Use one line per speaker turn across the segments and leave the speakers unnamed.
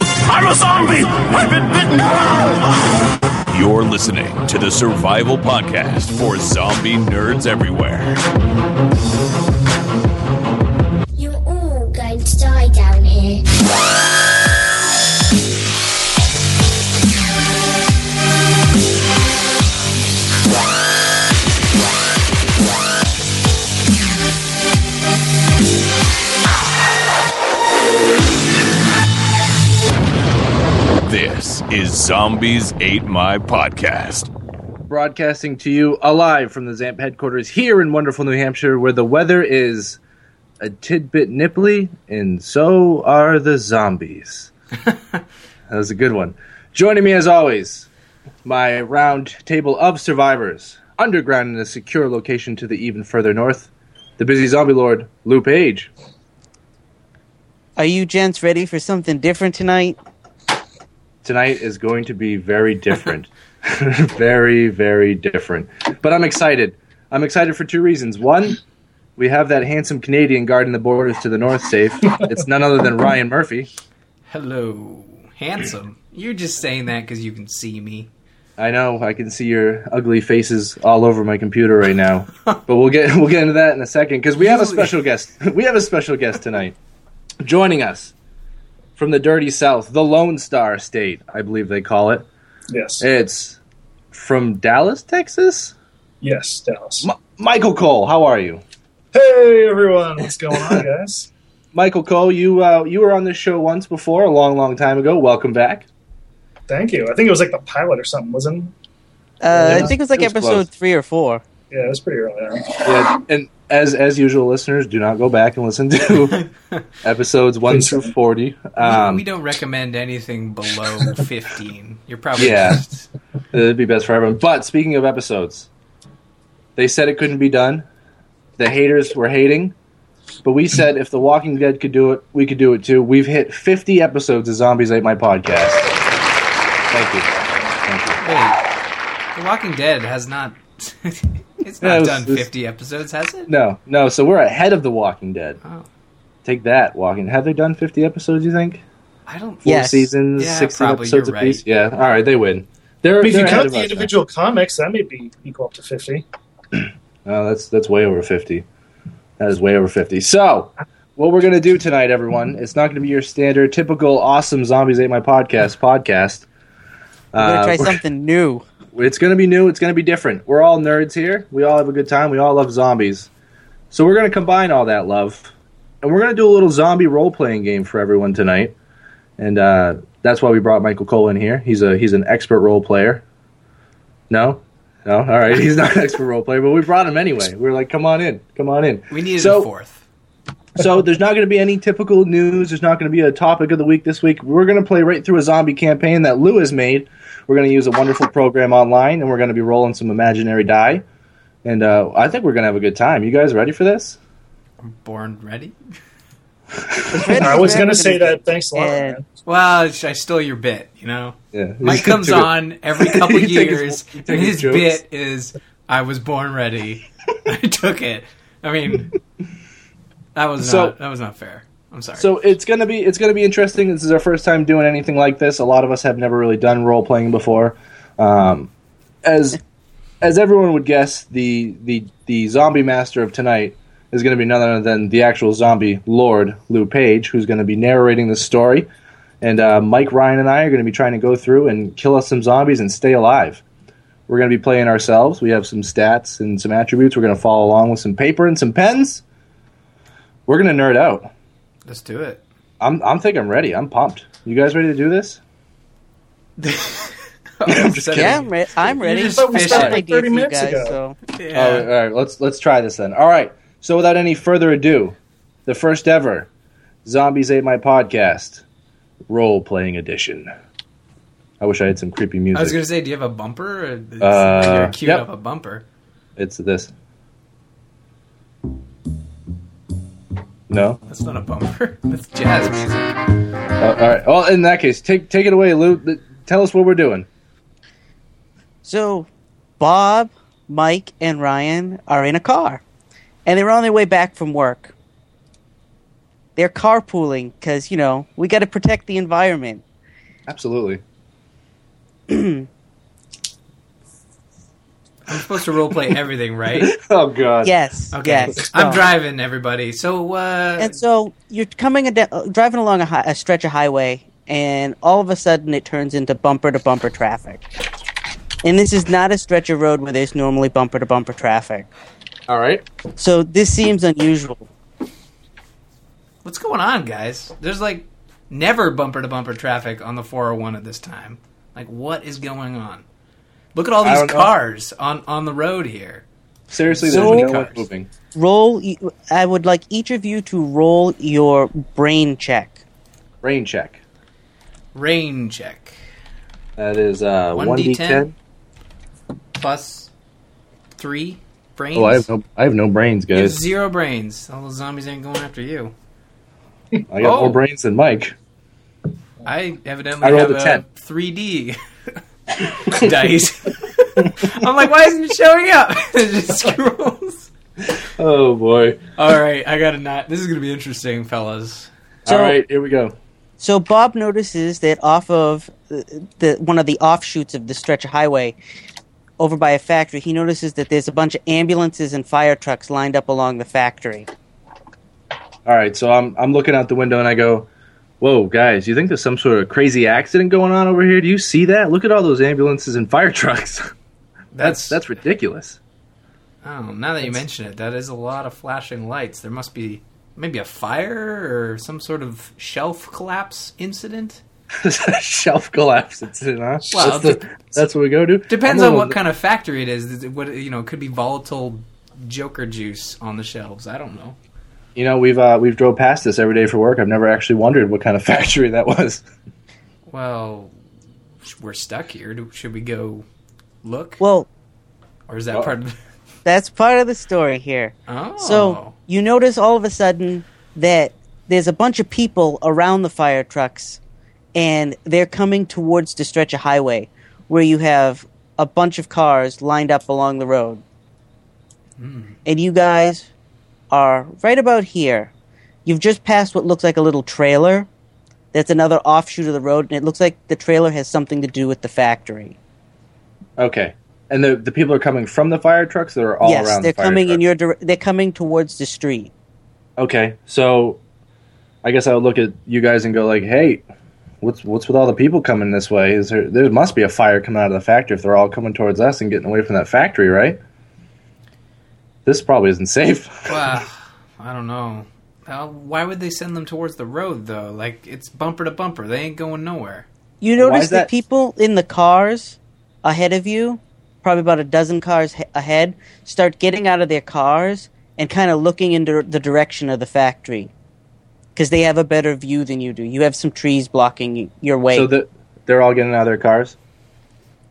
I'm a zombie! I've been bitten!
You're listening to the Survival Podcast for zombie nerds everywhere.
You're all going to die down here.
This is Zombies Ate My Podcast.
broadcasting to you alive from the ZAMP headquarters here in wonderful New Hampshire, where the weather is a tidbit nipply, and so are the zombies. that was a good one. Joining me as always, my round table of survivors, underground in a secure location to the even further north, the busy zombie lord, Lou Page.
Are you gents ready for something different tonight? Uh,
Tonight is going to be very different. very, very different. But I'm excited. I'm excited for two reasons. One, we have that handsome Canadian guarding the borders to the north safe. It's none other than Ryan Murphy.
Hello, handsome. You're just saying that because you can see me.
I know I can see your ugly faces all over my computer right now. But we'll get we'll get into that in a second because we have a special guest. We have a special guest tonight joining us from the dirty south, the Lone Star State, I believe they call it.
Yes.
It's from Dallas, Texas.
yes, Dallas.
M- Michael Cole, how are you?
hey, everyone. What's going on, guys?
Michael Cole, you uh, you were on this show once before, a long, long time ago. Welcome back.
Thank you. I think it was like the pilot or something, wasn't
Uh,
Yeah.
I think it was like
It was
episode
close.
three or four.
it? Yeah, it was pretty early on.
Yeah, and as as usual, listeners, do not go back and listen to episodes one
Please
through
don't.
forty.
we, we
Um,
don't recommend anything below 15. You're probably
Yeah.
just
it'd be best for everyone. But speaking of episodes, they said it couldn't be done. The haters were hating, but we said if The Walking Dead could do it, we could do it too. We've hit fifty episodes of Zombies Ate My Podcast. Thank you. Thank you.
Wait, The Walking Dead has not. it's
Yeah,
not
it was-
done
it's-
50 episodes, has it?
No, no. So we're ahead of The Walking Dead.
Oh.
Take that, Walking. Have they done fifty episodes? You think?
I don't.
Four
Yes.
seasons,
Yeah,
sixteen
probably,
episodes
you're
apiece. Yeah. All right, they win. They're,
I mean, if
they're
you
ahead
count
of
the
us now.
individual comics, that may be equal up to 50.
Oh, that's that's way over fifty. That is way over fifty. So, what we're gonna do tonight, everyone? It's not gonna be your standard, typical, awesome zombies ate my podcast podcast.
We're gonna
Uh,
try
we're-
something new.
It's going to be new. It's going to be different. We're all nerds here. We all have a good time. We all love zombies. So we're going to combine all that love, and we're going to do a little zombie role playing game for everyone tonight. And uh, that's why we brought Michael Cole in here. He's a he's an expert role player. No, no, all right. He's not an expert role player, but we brought him anyway. We were like, come on in, come on in.
We needed
So-
a fourth.
So there's not going to be any typical news. There's not going to be a topic of the week this week. We're going to play right through a zombie campaign that Lou has made. We're going to use a wonderful program online, and we're going to be rolling some imaginary die. And uh, I think we're going to have a good time. You guys ready for this?
Born ready?
I was going to say that. Thanks a lot,
And-
man.
Well, sh- I stole your bit, you know?
Yeah.
Mike comes on every couple
You take his-
years,
you take
and
his
his
jokes.
bit is, I was born ready. I took it. I mean, that was
So-
not, that was not fair. I'm sorry.
So it's gonna be it's gonna be interesting. This is our first time doing anything like this. A lot of us have never really done role playing before. Um, as as everyone would guess, the the the zombie master of tonight is going to be none other than the actual zombie lord Lou Page, who's going to be narrating the story. And uh, Mike Ryan and I are going to be trying to go through and kill us some zombies and stay alive. We're going to be playing ourselves. We have some stats and some attributes. We're going to follow along with some paper and some pens. We're going to nerd out.
Let's do it.
I'm I'm think I'm ready. I'm pumped. You guys ready to do this?
I'm
just
sorry.
Yeah, I'm, re- I'm ready.
just thought we
I got
started
an
like
idea
30
for you
minutes
guys,
ago.
so-
Yeah.
All, right, all right, let's let's try this then. All right. So without any further ado, the first ever Zombies Ate My Podcast role playing edition. I wish I had some creepy music.
I was gonna say, do you have a bumper? Or it's-
Uh,
you're queued
yep.
up a bumper.
It's this. No.
That's not a bumper. That's jazz music.
Oh, all right. Well, in that case, take take it away, Lou. Th- Tell us what we're doing.
So, Bob, Mike, and Ryan are in a car, and they're on their way back from work. They're carpooling because you know we got to protect the environment,
Absolutely.
I'm supposed to roleplay everything, right?
Oh god.
Yes.
Okay.
Yes.
I'm
Go.
driving, everybody. So, uh,
And so you're coming a de- driving along a, hi- a stretch of highway, and all of a sudden it turns into bumper to bumper traffic. And this is not a stretch of road where there's normally bumper to bumper traffic.
All right.
So this seems unusual.
what's going on, guys? There's like never bumper to bumper traffic on the 401 at this time. Like, what is going on? Look at all
I
these
don't know.
cars on on the road here.
Seriously,
So
there's
many
no one
cars.
moving.
Roll. e- I would like each of you to roll your brain check.
Rain check.
Rain check
That is uh
One
one d
D10.
ten.
plus three brains.
Oh, I have no, I have no brains,
You have
guys.
zero brains. All the zombies ain't going after you.
I got
Oh.
more brains than Mike.
I evidently
I rolled
have
a
a,
10.
3D dice. I'm like, why isn't it showing up? it just scrolls.
Oh boy.
All right, I gotta not. This is gonna be interesting, fellas.
So-
All right, here we go.
So Bob notices that off of the, the one of the offshoots of the stretch of highway, over by a factory, he notices that there's a bunch of ambulances and fire trucks lined up along the factory.
All right, so I'm I'm looking out the window and I go, "Whoa, guys! You think there's some sort of crazy accident going on over here? Do you see that? Look at all those ambulances and fire trucks.
That's
That's ridiculous."
Oh, now that you mention it, that is a lot of flashing lights. There must be maybe a fire or some sort of shelf collapse incident.
Shelf collapse incident. Huh?
Well,
that's, the- that's what we go to.
Depends
I'm
on
gonna-
what kind of factory it is. Is it- What you know it could be volatile Joker juice on the shelves. I don't know.
You know, we've uh, we've drove past this every day for work. I've never actually wondered what kind of factory that was.
Well, sh- we're stuck here. Do- Should we go look,
Well,
or is that
Well-
part of?
that's part of the story here.
Oh,
So you notice all of a sudden that there's a bunch of people around the fire trucks, and they're coming towards the stretch of highway where you have a bunch of cars lined up along the road.
Hmm.
And you guys are right about here. You've just passed what looks like a little trailer. That's another offshoot of the road, and it looks like the trailer has something to do with the factory.
Okay, and the the people are coming from the fire trucks that are all
yes,
around.
they're
the fire
coming
truck.
in your. Dire- they're coming towards the street.
Okay, so I guess I would look at you guys and go like, "Hey, what's what's with all the people coming this way? Is there there must be a fire coming out of the factory if they're all coming towards us and getting away from that factory, right? This probably isn't safe.
Well, I don't know. Well, why would they send them towards the road though? Like it's bumper to bumper. They ain't going nowhere.
You
Why
notice
is
the
that-
people in the cars ahead of you, probably about a dozen cars he- ahead, start getting out of their cars and kind of looking into the direction of the factory because they have a better view than you do. You have some trees blocking y- your way.
so that they're all getting out of their cars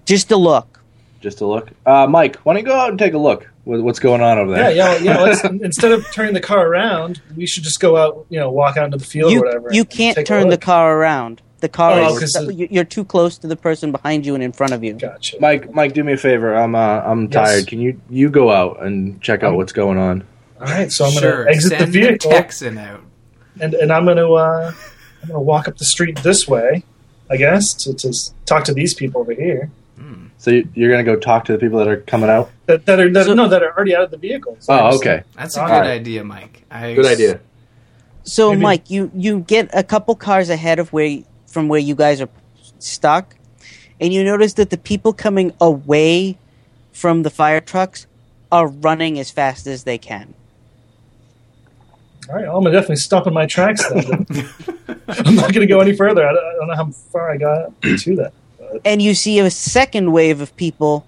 Just a look.
just to look. Uh, Mike, why don't you go out and take a look? What, what's going on over
Yeah,
there?
yeah, yeah. Let's, instead of turning the car around, we should just go out, you know, walk out into the field or
You
whatever.
you
and
can't
take a
turn the
look.
car around. The car
Oh,
is
'cause
stu-
the-
you- you're too close to the person behind you and in front of you.
Gotcha.
Mike, Mike, do me a favor. I'm uh, I'm
Yes. Oh.
tired. Can you you go out and check out what's going on?
All right, so I'm going to
sure,
exit the
send
vehicle
Texan out.
and, and I'm going to uh, I'm going to walk up the street this way, I guess, to, to s- talk to these people over here
So you- you're gonna go talk to the people that are coming out?
that, that are that,
So-
no that are already out of the vehicle. So I
Oh,
just-
okay.
That's a
All
good
right.
idea, Mike. I
Good idea.
So,
Maybe-
Mike, you you get a couple cars ahead of where from where you guys are stuck, and you notice that the people coming away from the fire trucks are running as fast as they can.
All right, I'm gonna definitely stop in my tracks. Then. I'm not going to go any further. I don't, I don't know how far I got to that.
And you see a second wave of people,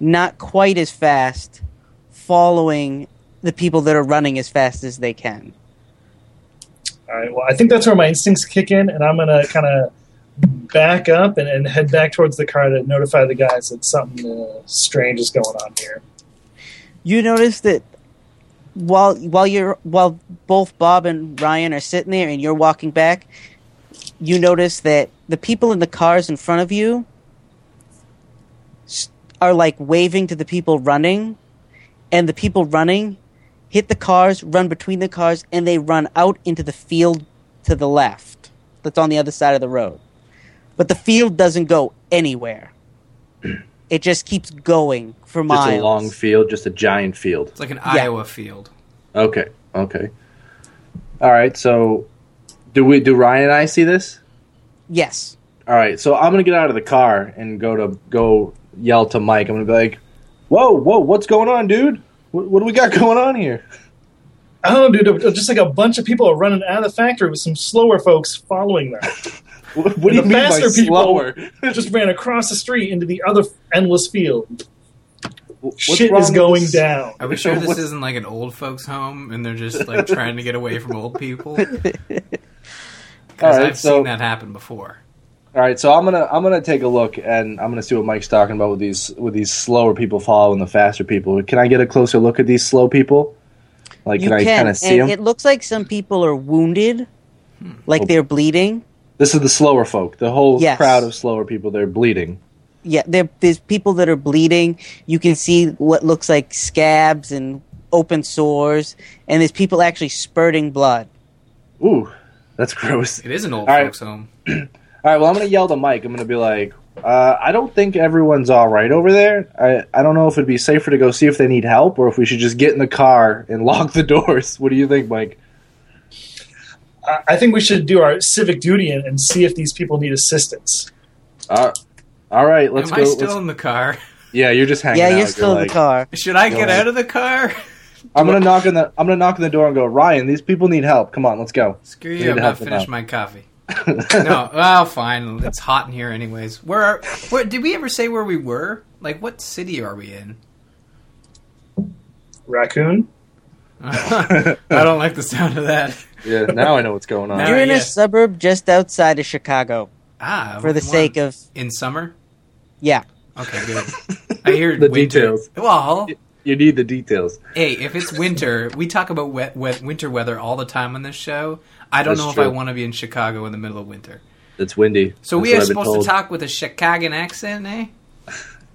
not quite as fast, following the people that are running as fast as they can.
All right. Well, I think that's where my instincts kick in, and I'm gonna kind of back up and, and head back towards the car to notify the guys that something uh, strange is going on here.
you notice that while while you're while both Bob and Ryan are sitting there and you're walking back, you notice that the people in the cars in front of you s- are like waving to the people running, and the people running hit the cars, run between the cars, and they run out into the field to the left. That's on the other side of the road. but the field doesn't go anywhere. It just keeps going for
Just
miles.
a long field, just a giant field.
It's like an Iowa field.
Okay. Okay. All right. So, do we? Do Ryan and I see this?
yes.
All right. So I'm gonna get out of the car and go to go yell to Mike. I'm gonna be like, "Whoa, whoa, what's going on, dude? What, what do we got going on here?"
I don't know, Oh, dude. Just like a bunch of people are running out of the factory with some slower folks following them.
What, what do you
And
mean
the
by
faster people-
slower?
They just ran across the street into the other endless field.
What's
Shit
wrong
is
with
going
this?
down.
Are we sure this
What-
isn't like an old folks' home and they're just like trying to get away from old people? Because
All right,
I've
so-
seen that happen before.
All right, so I'm gonna I'm gonna take a look and I'm gonna see what Mike's talking about with these with these slower people following the faster people. Can I get a closer look at these slow people? Like,
you
can I kind
can.
of see them?
and it looks like some people are wounded,
Oh.
like they're bleeding.
This is the slower folk. The whole
Yes.
crowd of slower people. They're bleeding.
yeah, there, there's people that are bleeding. You can see what looks like scabs and open sores, and there's people actually spurting blood.
Ooh, that's gross.
It is an old
All right.
folks' home.
All right, well, I'm gonna yell to Mike. I'm gonna be like, uh, I don't think everyone's all right over there. I I don't know if it'd be safer to go see if they need help or if we should just get in the car and lock the doors. What do you think, Mike?
I- I think we should do our civic duty and, and see if these people need assistance.
Uh, all right, let's
Am
go.
I still
let's-
in the car?
yeah, you're just hanging.
yeah,
out.
you're still in
like-
the car.
Should I get
ahead.
out of the car?
I'm gonna knock on the I'm gonna knock on the door and go, Ryan, these people need help. Come on, let's go.
Screw
Need to
you! I'm
help
not
them
finished
out.
my coffee. no, well, fine. It's hot in here, anyways. Where are? Where did we ever say where we were? Like, what city are we in?
Raccoon?
I don't like the sound of that.
Yeah, now I know what's going on.
Now-
You're in a
yes.
suburb just outside of Chicago
Ah,
for the sake of
in summer.
yeah.
Okay, good. I hear
The
winter.
details.
Well,
You need the details.
hey, if it's winter, we talk about wet, wet winter weather all the time on this show. I don't
That's
know
true.
if I want to be in Chicago in the middle of winter.
It's windy.
So
That's
we
what
are
I've been
supposed to
told.
talk with a Chicagoan accent, eh?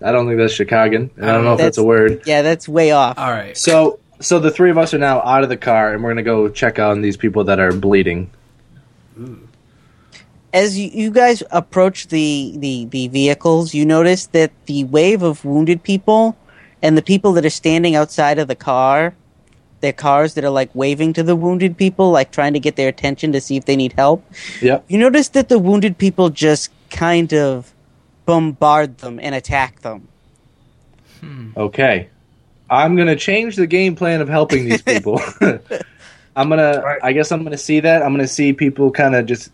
I don't think that's Chicagoan. and I don't know if Oh, that's,
That's-
a word.
Yeah, that's way off.
All right.
So so the three of us are now out of the car and we're gonna go check on these people that are bleeding.
As you, you guys approach the, the the vehicles, you notice that the wave of wounded people and the people that are standing outside of the car, their cars that are like waving to the wounded people, like trying to get their attention to see if they need help.
Yep.
You notice that the wounded people just kind of bombard them and attack them.
Okay. I'm gonna change the game plan of helping these people. I'm gonna.
Right.
I guess I'm gonna see that. I'm gonna see people kind of just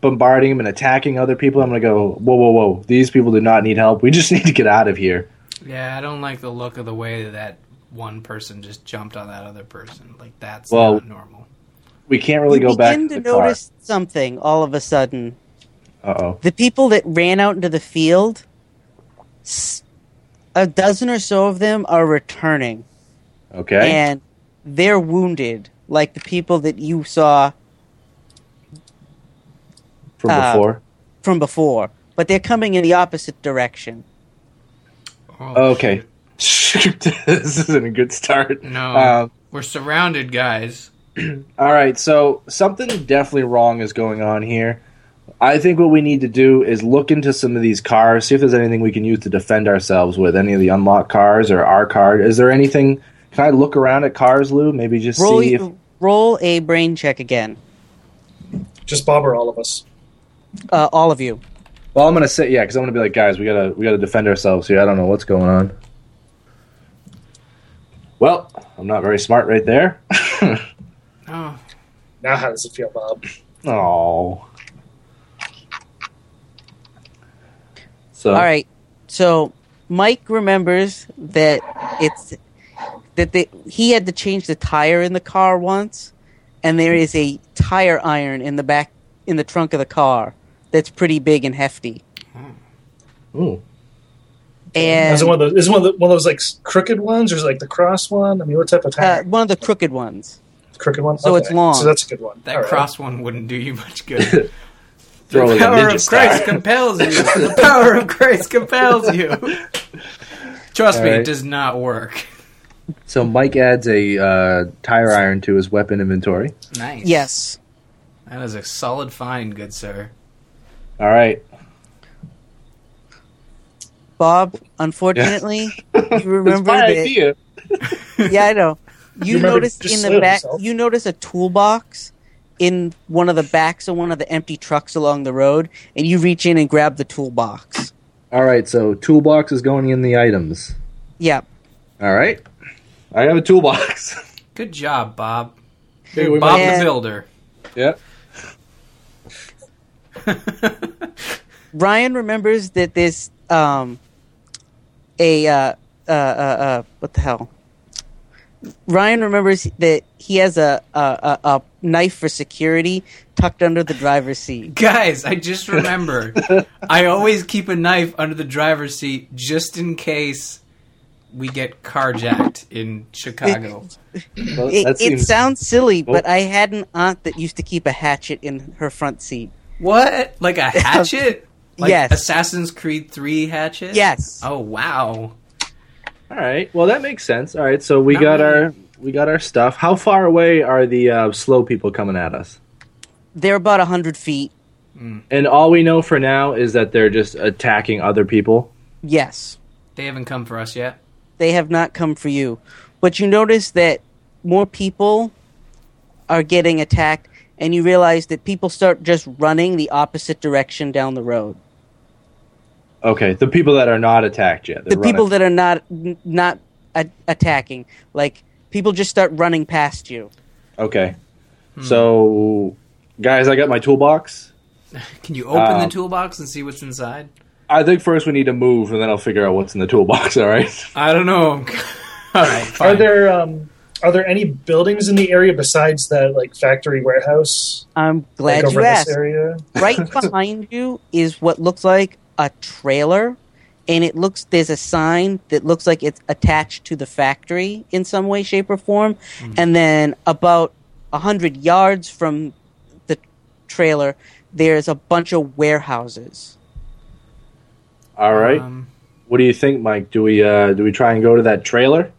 bombarding them and attacking other people. I'm gonna go. Whoa, whoa, whoa! These people do not need help. We just need to get out of here.
Yeah, I don't like the look of the way that that one person just jumped on that other person. Like that's
Well-
not normal.
We can't really
you
go back
begin
to the
to notice something all of a sudden.
car. Uh oh.
the people that ran out into the field, s- a dozen or so of them are returning,
Okay.
and they're wounded, like the people that you saw
From
uh,
before.
from before. But they're coming in the opposite direction.
Oh,
Okay.
shit.
Shoot. this isn't a good start.
No,
Um,
we're surrounded, guys.
All right, so something definitely wrong is going on here. I think what we need to do is look into some of these cars, see if there's anything we can use to defend ourselves with any of the unlocked cars or our car. Is there anything? Can I look around at cars, Lou? Maybe just
Roll,
see if.
roll a brain check again,
Just bobber all of us.
uh, all of you.
Well, I'm gonna say yeah, because I'm gonna be like, guys, we gotta we gotta defend ourselves here. I don't know what's going on. Well, I'm not very smart right there.
Oh,
Now, how does it feel, Bob?
Oh. So
All right. So Mike remembers that it's that they, he had to change the tire in the car once, and there is a tire iron in the back in the trunk of the car that's pretty big and hefty.
Ooh.
And
Is it one of those? Is it one of, the, one of those like s- crooked ones, or is it like the cross one? I mean, what type of
uh,
tire?
one of the crooked ones.
crooked one.
so it's long.
So that's a good one.
that
All right.
cross one wouldn't do you much good.
Throw it
the
like a
power
ninja
of Christ
star.
compels you. The power of Christ compels you. Trust me,
All right.
it does not work.
So Mike adds a uh, tire iron to his weapon inventory.
Nice.
Yes.
That is a solid find, good sir.
All right.
Bob, unfortunately, you
It's
remember
my
that
idea.
yeah, I know. You
remember
notice
just
in
slow
the back.
yourself.
You notice a toolbox in one of the backs of one of the empty trucks along the road, and you reach in and grab the toolbox.
All right, so toolbox is going in the items.
Yeah,
All right, I have a toolbox.
Good job, Bob.
Hey, we
Bob
might-
might-
the Builder.
yeah.
Ryan remembers that this um, a uh, uh, uh, uh, what the hell. Ryan remembers that he has a, a, a, a knife for security tucked under the driver's seat.
Guys, I just remembered. I always keep a knife under the driver's seat just in case we get carjacked in Chicago.
Well,
It,
that
it
seems-
sounds silly, but
Oh.
I had an aunt that used to keep a hatchet in her front seat.
What? Like a hatchet? Like
Yes.
Assassin's Creed 3 hatchet?
Yes.
Oh, wow.
All right. Well, that makes sense. All right. So we
Not
got
really.
our we got our stuff. How far away are the uh, slow people coming at us?
They're about hundred feet.
And all we know for now is that they're just attacking other people.
Yes,
They haven't come for us yet.
they have not come for you, but you notice that more people are getting attacked, and you realize that people start just running the opposite direction down the road.
Okay, the people that are not attacked yet.
The people that are not n- not a- attacking, like people, just start running past you.
Okay. So, guys, I got my toolbox.
Can you open the
Uh,
Um,
toolbox and see what's inside?
I think first we need to move, and then I'll figure out what's in the toolbox. All right.
I don't know. All right, fine.
Are there um, are there any buildings in the area besides that like factory warehouse?
I'm glad
like over
you asked.
this area.
right behind you is what looks like a trailer and it looks there's a sign that looks like it's attached to the factory in some way shape or form
Mm-hmm.
and then about 100 yards from the trailer there's a bunch of warehouses
All right.
Um,
what do you think, Mike? Do we uh, do we try and go to that trailer?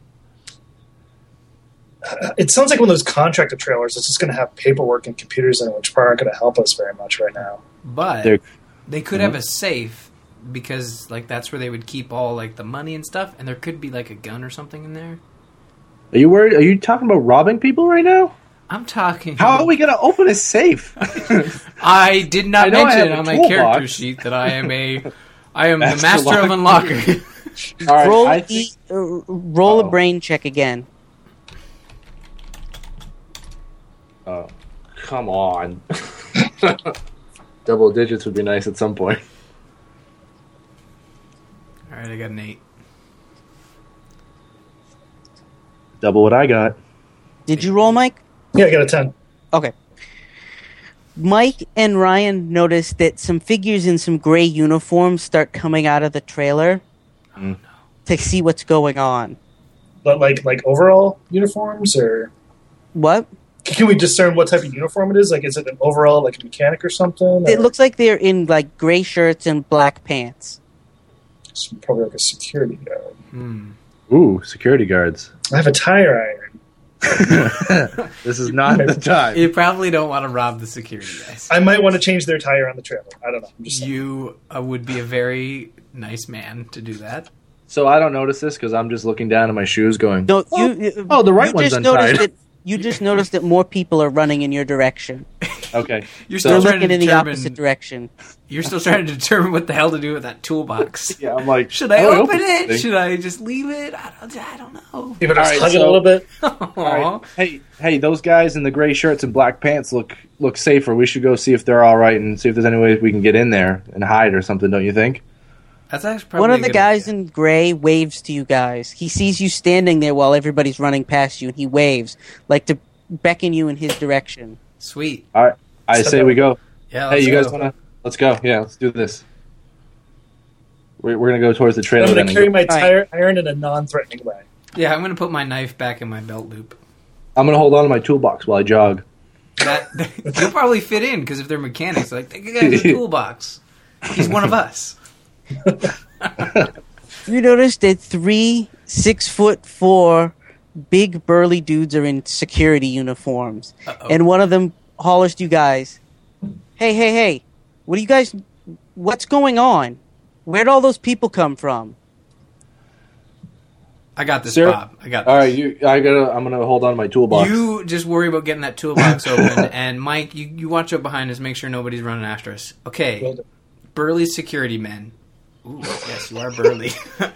It sounds like one of those contractor trailers that's just going to have paperwork and computers in it, which probably aren't going to help us very much right now.
but
There-
they could
Mhm.
have a safe because, like, that's where they would keep all like the money and stuff. And there could be like a gun or something in there.
Are you worried? Are you talking about robbing people right now?
I'm talking.
How are we gonna open a safe?
I did not
I know I
mention
have a
on my
toolbox.
character sheet that I am a, I am the
Master
master of unlocking.
All right,
roll,
I
e-
think-
uh, roll a
Oh.
brain check again
Oh, come on. Double digits would be nice at some point.
all right, I got an eight.
Double what I got.
did you roll mike
Yeah, I got a ten.
Okay. Mike and Ryan notice that some figures in some gray uniforms start coming out of the trailer to see what's going on.
But like like overall uniforms, or
What?
can we discern what type of uniform it is? Like, is it an overall like a mechanic or something?
It
or-
looks like they're in like gray shirts and black pants.
It's probably like a security guard.
Ooh, security guards.
I have a tire iron.
This is not the time.
You probably don't want to rob the security guys.
I might want to change their tire on the trailer. I don't know. I'm just saying.
You uh, would be a very nice man to do that.
So I don't notice this because I'm just looking down at my shoes, going,
No,
"Oh,
you.
oh, the right
you
one's
just
untied."
noticed that you just noticed that more people are running in your direction.
Okay,
You're
So-
They're
still trying to
looking in the
determine.
opposite direction.
You're still trying to determine what the hell to do with that toolbox.
yeah, Oh, I'm like,
Should I
how do
open,
this
it?
thing?
Should I just leave it? I don't, I don't know.
Give it a
All right,
hug it
so-
a little bit.
All
Aw.
right. Hey, hey, those guys in the gray shirts and black pants look look safer. We should go see if they're all right and see if there's any way we can get in there and hide or something. Don't you think?
That's actually probably
One
a
of the
good
guys
idea.
in gray waves to you guys. He sees you standing there while everybody's running past you, and he waves like to beckon you in his direction.
Sweet.
All right, I
So-
say we go.
Yeah.
Hey,
let's
you guys
go.
want to? Let's go. Yeah, let's do this. We're, we're gonna go towards the
I'm
trailer.
going
Then
to
and
carry
go-
my tire iron in a non-threatening way.
Yeah, I'm gonna put my knife back in my belt loop.
I'm gonna hold on to my toolbox while I jog.
That you'll probably fit in because if they're mechanics, like that guy's a toolbox. He's one of us.
You notice that three six foot four big burly dudes are in security uniforms, and one of them hollers to you guys, "Hey, hey, hey! What are you guys? What's going on?" Where'd all those people come from?
I got this,
Sarah-
Bob. I got this.
All right, you. I gotta. I'm gonna hold on to my toolbox.
You just worry about getting that toolbox open, and Mike, you, you watch out behind us, make sure nobody's running after us. Okay, burly security men. Ooh, yes, you are burly.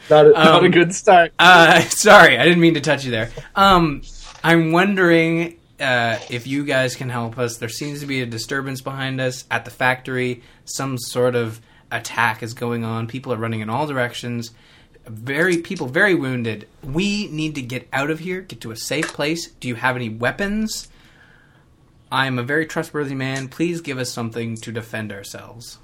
not, a, not
um,
a good start.
uh, sorry, I didn't mean to touch you there. Um, I'm wondering uh, if you guys can help us. There seems to be a disturbance behind us at the factory. Some sort of attack is going on. People are running in all directions. Very people, very wounded. We need to get out of here. Get to a safe place. Do you have any weapons? I am a very trustworthy man. Please give us something to defend ourselves.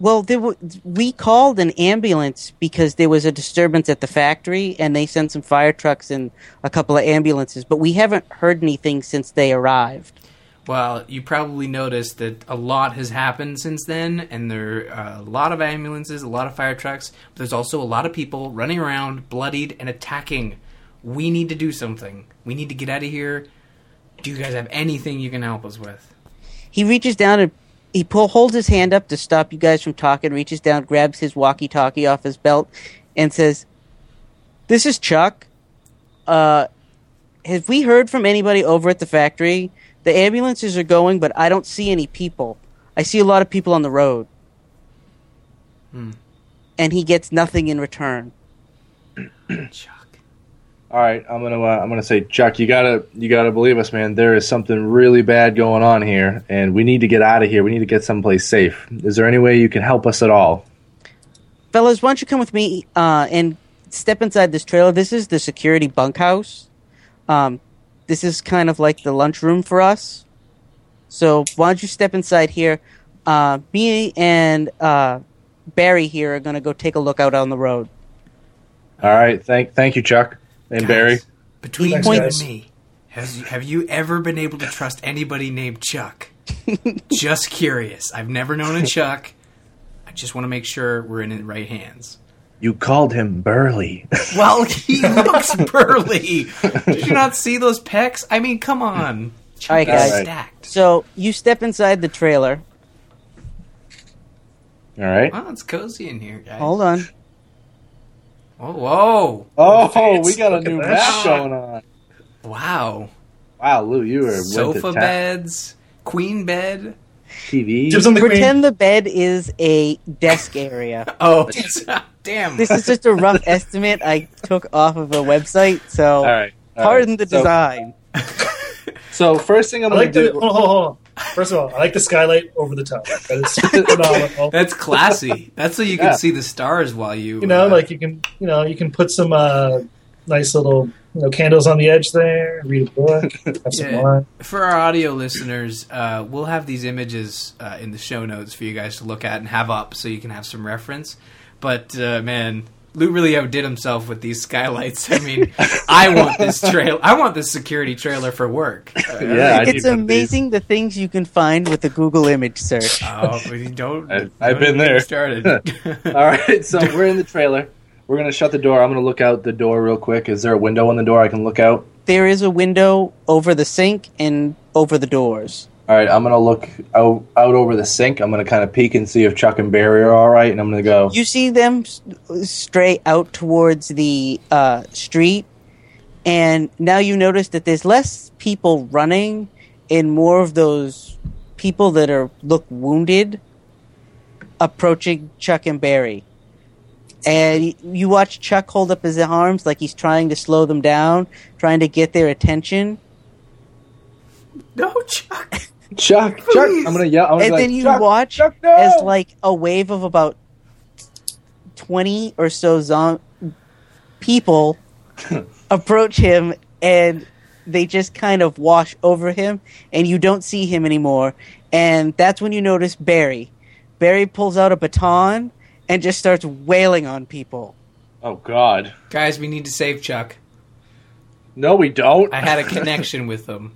Well, there were, we called an ambulance because there was a disturbance at the factory, and they sent some fire trucks and a couple of ambulances. But we haven't heard anything since they arrived.
Well, you probably noticed that a lot has happened since then, and there are a lot of ambulances, a lot of fire trucks, but there's also a lot of people running around, bloodied, and attacking. We need to do something. We need to get out of here. Do you guys have anything you can help us with?
He reaches down and he pull holds his hand up to stop you guys from talking. Reaches down, grabs his walkie-talkie off his belt, and says, "This is Chuck. Uh, have we heard from anybody over at the factory? The ambulances are going, but I don't see any people. I see a lot of people on the road." And he gets nothing in return.
Chuck.
All right, I'm gonna. Uh, I'm gonna say, Chuck, you gotta. You gotta believe us, man. There is something really bad going on here, and we need to get out of here. We need to get someplace safe. Is there any way you can help us at all?
fellas, why don't you come with me uh, and step inside this trailer? This is the security bunkhouse. Um, this is kind of like the lunchroom for us. So why don't you step inside here? Uh, me and uh, Barry here are going to go take a look out on the road.
All right. Thank. Thank you, Chuck and Barry.
Guys, Between
Thanks,
you and
guys.
me, has, have you ever been able to trust anybody named Chuck? just curious. I've never known a Chuck. I just want to make sure we're in the right hands.
You called him Burly.
Well, he looks burly. Did you not see those pecs? I mean, come on.
All right,
They're
guys.
Alright.
Stacked.
So you step inside the trailer.
all right.
Wow, it's cozy in here, guys.
Hold on.
Whoa, whoa.
Oh, we got a
Look at
new
that.
map going on.
Wow.
Wow, Lou, you are went
Sofa
to ta-
beds, queen bed.
TV.
Gives him the queen.
Pretend the bed is a desk area.
Oh, damn.
this is just a rough estimate I took off of a website, so
All right. all
pardon
right.
the
So-
design.
So, first thing I'm gonna
I like the.
do.
Hold on, hold on, hold on. First of all, I like the skylight over the top. That is phenomenal.
That's classy. That's so you
Yeah.
can see the stars while you.
You know,
uh,
like you can, you know, you can put some uh, nice little, you know, candles on the edge there. Read a book. Have some
Yeah.
wine.
For our audio listeners, uh, we'll have these images uh, in the show notes for you guys to look at and have up so you can have some reference. But uh, man, Lou really outdid himself with these skylights. I mean, I want this trail. I want this security trailer for work.
Yeah, I
it's
need one of these.
amazing the things you can find with a Google image search.
Oh, but you don't.
I've-
don't
I've been
get
there.
Started.
All right, so we're in the trailer. We're gonna shut the door. I'm gonna look out the door real quick. Is there a window on the door I can look out?
There is a window over the sink and over the doors.
All right, I'm gonna look out, out over the sink. I'm gonna kind of peek and see if Chuck and Barry are all right, and I'm gonna go.
You see them s- stray out towards the uh, street, and now you notice that there's less people running and more of those people that are look wounded approaching Chuck and Barry. And y- you watch Chuck hold up his arms like he's trying to slow them down, trying to get their attention.
no, Chuck.
Chuck, Chuck.
Please.
I'm gonna yell. I'm gonna
and
be
then
like,
you
Chuck,
watch
Chuck, no!
as like a wave of about 20 or so zom- people approach him and they just kind of wash over him and you don't see him anymore and that's when you notice barry barry pulls out a baton and just starts wailing on people
Oh God,
Guys, we need to save Chuck.
no, we don't.
I had a connection with him.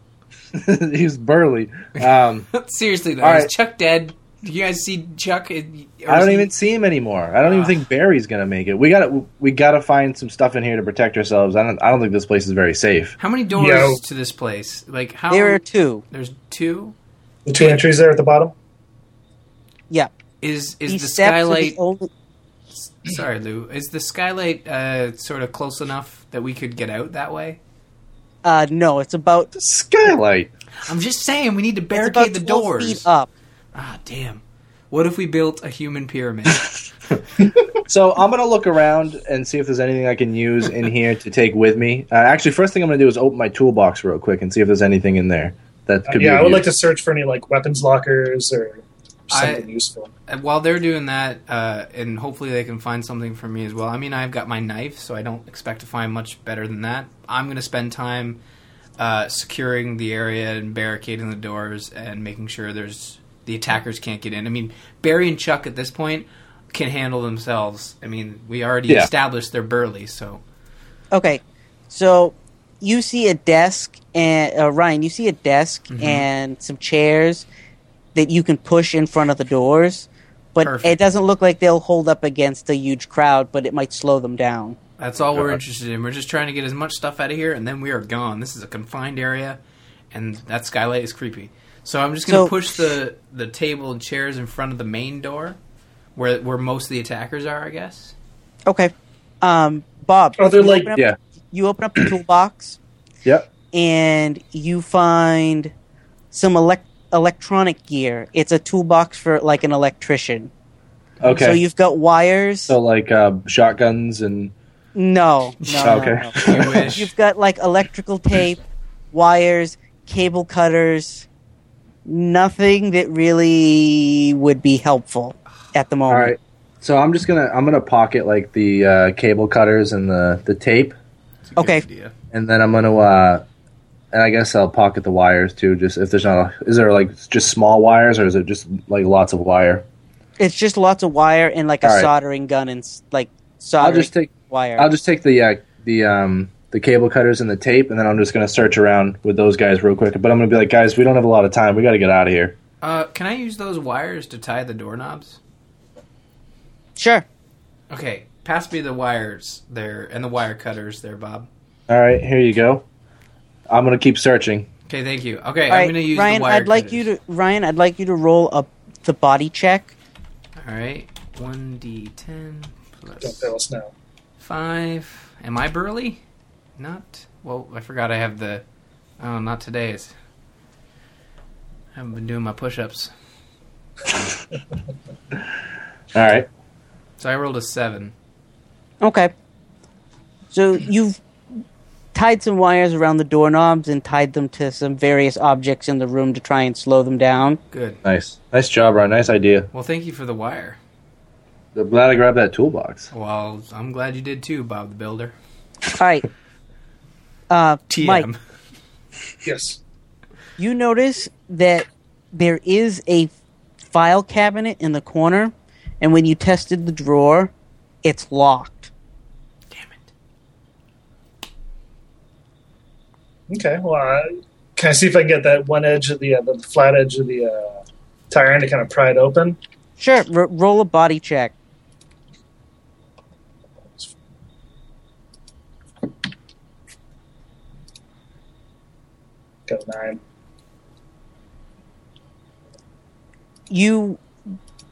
He's burly. Um,
Seriously, though,
All
is
right.
Chuck dead? Do you guys see Chuck? I
I don't even see him anymore. I don't even
Ah.
think Barry's gonna make it. We gotta we gotta find some stuff in here to protect ourselves. I don't I don't think this place is very safe.
How many doors
Yo.
to this place? Like how?
there are two
There's two.
The two entries there at the bottom.
yeah
Is is
he
the
stepped to
skylight?
the old-
Sorry, Lou. Is the skylight uh, sort of close enough that we could get out that way?
uh, no, it's about it's
Skylight.
I'm just saying we need to
about
barricade
12
the
feet
doors.
up.
Ah, damn. What if we built a human pyramid?
So I'm gonna look around and see if there's anything I can use in here to take with me. Uh, actually, first thing I'm gonna do is open my toolbox real quick and see if there's anything in there that could be.
Uh, yeah,
of
I would
use.
like to search for any like weapons lockers or something
I-
useful.
And Uh, While they're doing that, uh, and hopefully they can find something for me as well. I mean, I've got my knife, so I don't expect to find much better than that. I'm going to spend time uh, securing the area and barricading the doors and making sure there's the attackers can't get in. I mean, Barry and Chuck at this point can handle themselves. I mean, we already
Yeah.
established they're burly, so
Okay, so you see a desk and uh, Ryan, you see a desk and some chairs that you can push in front of the doors, but
Perfect.
it doesn't look like they'll hold up against a huge crowd. But it might slow them down.
that's all we're interested in. We're just trying to get as much stuff out of here, and then we are gone. This is a confined area, and that skylight is creepy. So I'm just going to
So-
push the the table and chairs in front of the main door, where where most of the attackers are, I guess.
Okay, um, Bob.
Are there,
you
like-
open up-
Oh, Yeah.
You open up the toolbox
Yep.
and you find some elect- electronic gear. It's a toolbox for like an electrician.
Okay.
So you've got wires.
So like uh, shotguns and
no, no, no,
okay.
no.
You wish.
You've got like electrical tape, wires, cable cutters, nothing that really would be helpful at the
All
moment.
right. So I'm just gonna I'm gonna pocket like the uh, cable cutters and the the tape,
It's a good
Okay.
idea.
and then I'm gonna uh, and I guess I'll pocket the wires too. Just if there's not, a, is there like just small wires or is it just like lots of wire?
It's just lots of wire and like a
All right.
soldering gun and s- like soldering
I'll just take
wire.
I'll just take the uh, the um the cable cutters and the tape, and then I'm just gonna search around with those guys real quick. But I'm gonna be like, guys, we don't have a lot of time. We got to get out of here.
Uh, can I use those wires to tie the doorknobs?
sure.
Okay, pass me the wires there and the wire cutters there, Bob.
All right, here you go. I'm gonna keep searching.
Okay, thank you. Okay,
All
I'm
right,
going to use
Ryan,
the wire
I'd like
cutters.
you to Ryan, I'd like you to roll up the body check.
All right, one d10 plus.
Don't fail us now.
Five. Am I burly? Not. Well, I forgot I have the. Oh, not today's. I haven't been doing my push ups.
All right.
So I rolled a seven.
Okay. So you've tied some wires around the doorknobs and tied them to some various objects in the room to try and slow them down.
Good.
Nice. Nice job, Ryan. Nice idea.
Well, thank you for the wire.
I'm glad I grabbed that toolbox.
Well, I'm glad you did too, Bob the Builder.
All right. Uh,
TM.
Mike,
Yes.
you notice that there is a file cabinet in the corner, and when you tested the drawer, it's locked.
Damn it.
Okay. Well, I, can I see if I can get that one edge of the uh, the flat edge of the uh, tire end to kind of pry it open?
Sure, r- roll a body check.
Got a nine.
You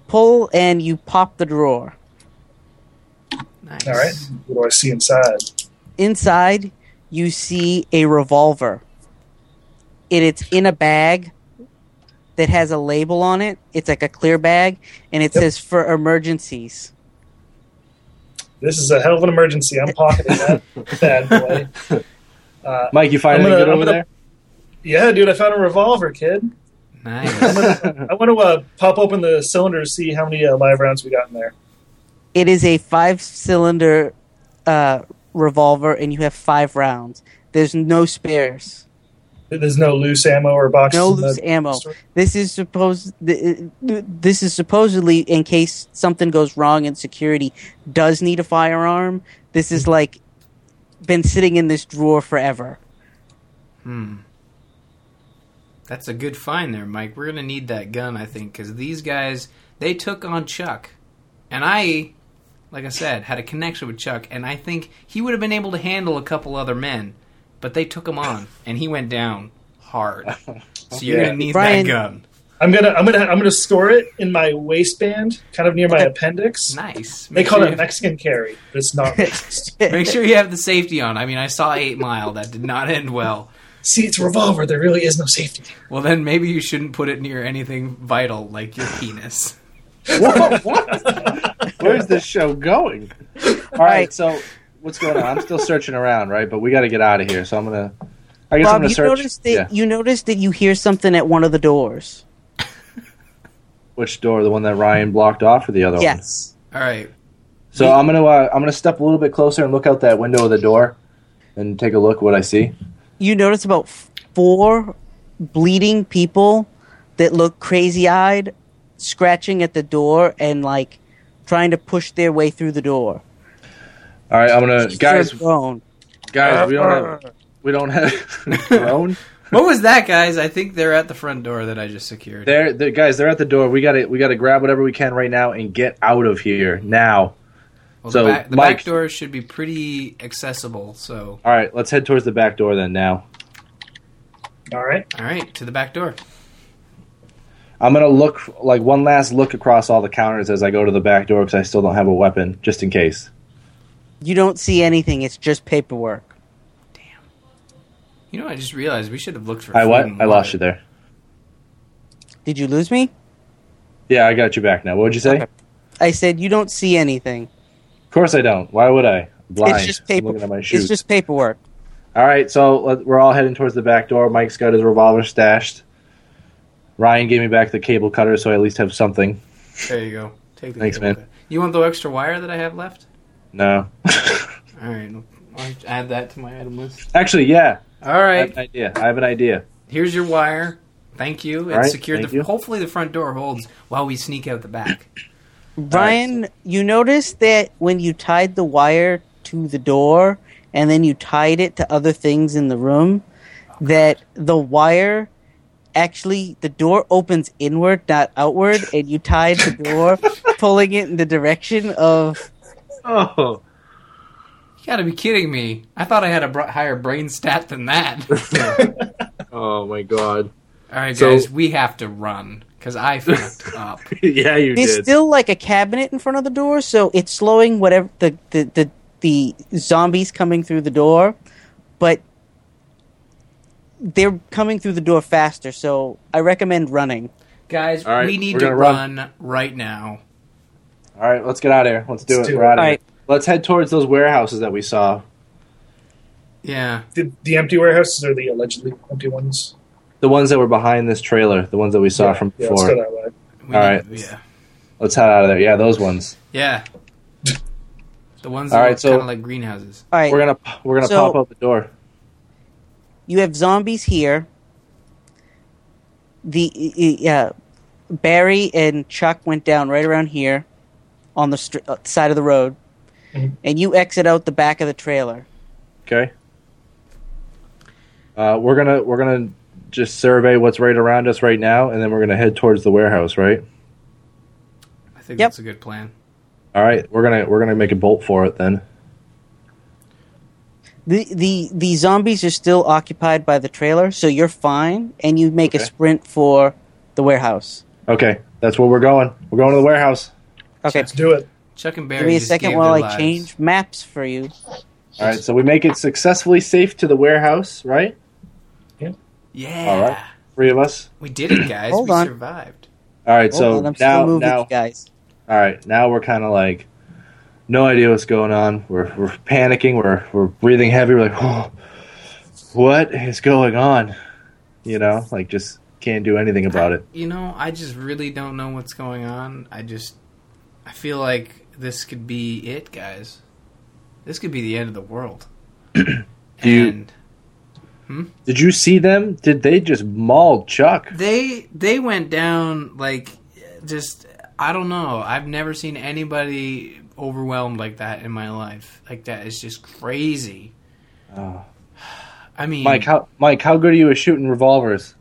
pull and you pop the drawer.
Nice.
All right. What do I see inside?
Inside, you see a revolver. It, it's in a bag that has a label on it. It's like a clear bag, and it says for emergencies.
This is a hell of an emergency. I'm pocketing that bad boy.
Mike, you find
I'm
anything
gonna-
good
I'm
over
gonna- Yeah, dude, I found a revolver, kid.
Nice.
there?
I want to uh, pop open the cylinder to see how many uh, live rounds we got in there.
It is a five cylinder uh, revolver, and you have five rounds. There's no spares,
There's no loose ammo or boxes.
no
in the
loose ammo.
store?
This is supposed. th- th- This is supposedly in case something goes wrong and security does need a firearm. This is like been sitting in this drawer forever.
That's a good find there, Mike. We're going to need that gun, I think, because these guys, they took on Chuck. And I, like I said, had a connection with Chuck, and I think he would have been able to handle a couple other men, but they took him on, and he went down hard. So you're
Yeah.
going to need
Brian-
that gun.
I'm gonna I'm gonna I'm gonna store it in my waistband, kind of near my appendix.
Nice.
They
Make
call
sure
it
you have,
Mexican carry, but it's not racist.
make sure you have the safety on. I mean, I saw Eight Mile. That did not end well.
See, it's a revolver. There really is no safety.
Well, then maybe you shouldn't put it near anything vital like your penis.
Whoa, what? Where's this show going? All right, so what's going on? I'm still searching around, right? But we got to get out of here, so I'm gonna. I guess I'm
Bob,
gonna
you
search.
noticed that
yeah.
you noticed that you hear something at one of the doors.
Which door? The one that Ryan blocked off, or the
Oh.
other one?
Yes.
All right.
So I'm gonna uh, I'm gonna step a little bit closer and look out that window of the door, and take a look what I see.
You notice about f- four bleeding people that look crazy-eyed, scratching at the door and like trying to push their way through the door.
All right, I'm gonna Uh, guys
They're grown.
guys we don't have we don't have drone.
What was that, guys? I think they're at the front door that I just secured.
They're, they're guys. They're at the door. We got to we got to grab whatever we can right now and get out of here now.
well,
so,
the, back, the
Mike-
back door should be pretty accessible. So,
All right, let's head towards the back door then. Now
All right.
all right, to the back door.
I'm gonna look like one last look across all the counters as I go to the back door because I still don't have a weapon, just in case.
You don't see anything. It's just paperwork.
You know, I just realized we should have looked for.
I
food
what?
and
I
water.
lost you there.
Did you lose me?
Yeah, I got you back now. What would you say?
Okay. I said you don't see anything.
Of course I don't. Why would I? I'm Blind.
It's just
I'm
paper.
looking at my
It's
shoes.
just paperwork.
All right, so let- we're all heading towards the back door. Mike's got his revolver stashed. Ryan gave me back the cable cutter, so I at least have something.
There you go. Take the
Thanks,
cable
man.
cut. You want the extra wire that I have left?
No,
All right, I'll add that to my item list.
actually, yeah,
All
I have
right,
an idea. I have an idea.
here's your wire. Thank you. It
All right,
secured
thank
the.
you.
Hopefully, the front door holds while we sneak out the back.
Brian, you noticed that when you tied the wire to the door and then you tied it to other things in the room, that the wire actually the door opens inward, not outward, and you tied the door, pulling it in the direction of.
Oh,
You gotta be kidding me! I thought I had a br- higher brain stat than that.
oh my God!
All right,
So-
guys, we have to run because I fucked up.
yeah, you
There's
did.
still like a cabinet in front of the door, so it's slowing whatever the the the, the zombies coming through the door, but. They're coming through the door faster, so I recommend running.
Guys,
All right,
we need
we're
to
gonna run.
run. right now.
all right, let's get out of here. Let's do
Let's
it.
do
We're
it.
out of
All
here.
right.
Let's head towards those warehouses that we saw.
Yeah.
The, the empty warehouses are the allegedly empty ones.
The ones that were behind this trailer, the ones that we saw from
Yeah, let's
before.
go that way.
We
All
need-
right.
Yeah.
let's head out of there. Yeah, those ones.
Yeah. The ones
All
that
right,
look
so-
kind of like greenhouses.
All right.
We're gonna we're gonna
So-
pop up the door.
you have zombies here. The uh, Barry and Chuck went down right around here on the str- uh, side of the road,
Mm-hmm.
and you exit out the back of the trailer.
Okay. Uh, we're gonna we're gonna just survey what's right around us right now, and then we're gonna head towards the warehouse. Right.
I think
Yep.
that's a good plan.
All right. We're gonna we're gonna make a bolt for it then.
The, the the zombies are still occupied by the trailer, so you're fine, and you make
Okay.
a sprint for the warehouse.
Okay, that's where we're going. We're going to the warehouse.
Okay,
Let's do it.
Chuck and Barry.
give me a
just
second
gave
while I
their lives.
change maps for you.
All right. So we make it successfully safe to the warehouse. Right.
Yeah.
All right. Three of us.
We did it, guys.
Hold
we
on.
survived.
All right.
Hold
so
on, Oh, I'm still
now
moving,
now
you guys.
all right now we're kind of like no idea what's going on. We're we're panicking. We're we're breathing heavy. We're like, oh, what is going on? You know, like just can't do anything about it.
You know, I just really don't know what's going on. I just, I feel like this could be it, guys. This could be the end of the world.
Do you-
and
Did you see them? Did they just maul Chuck?
Hmm.
they they went down like just I don't know. I've never seen anybody overwhelmed like that in my life. Like that is just crazy. I mean,
Mike, how Mike, how good are you at shooting revolvers?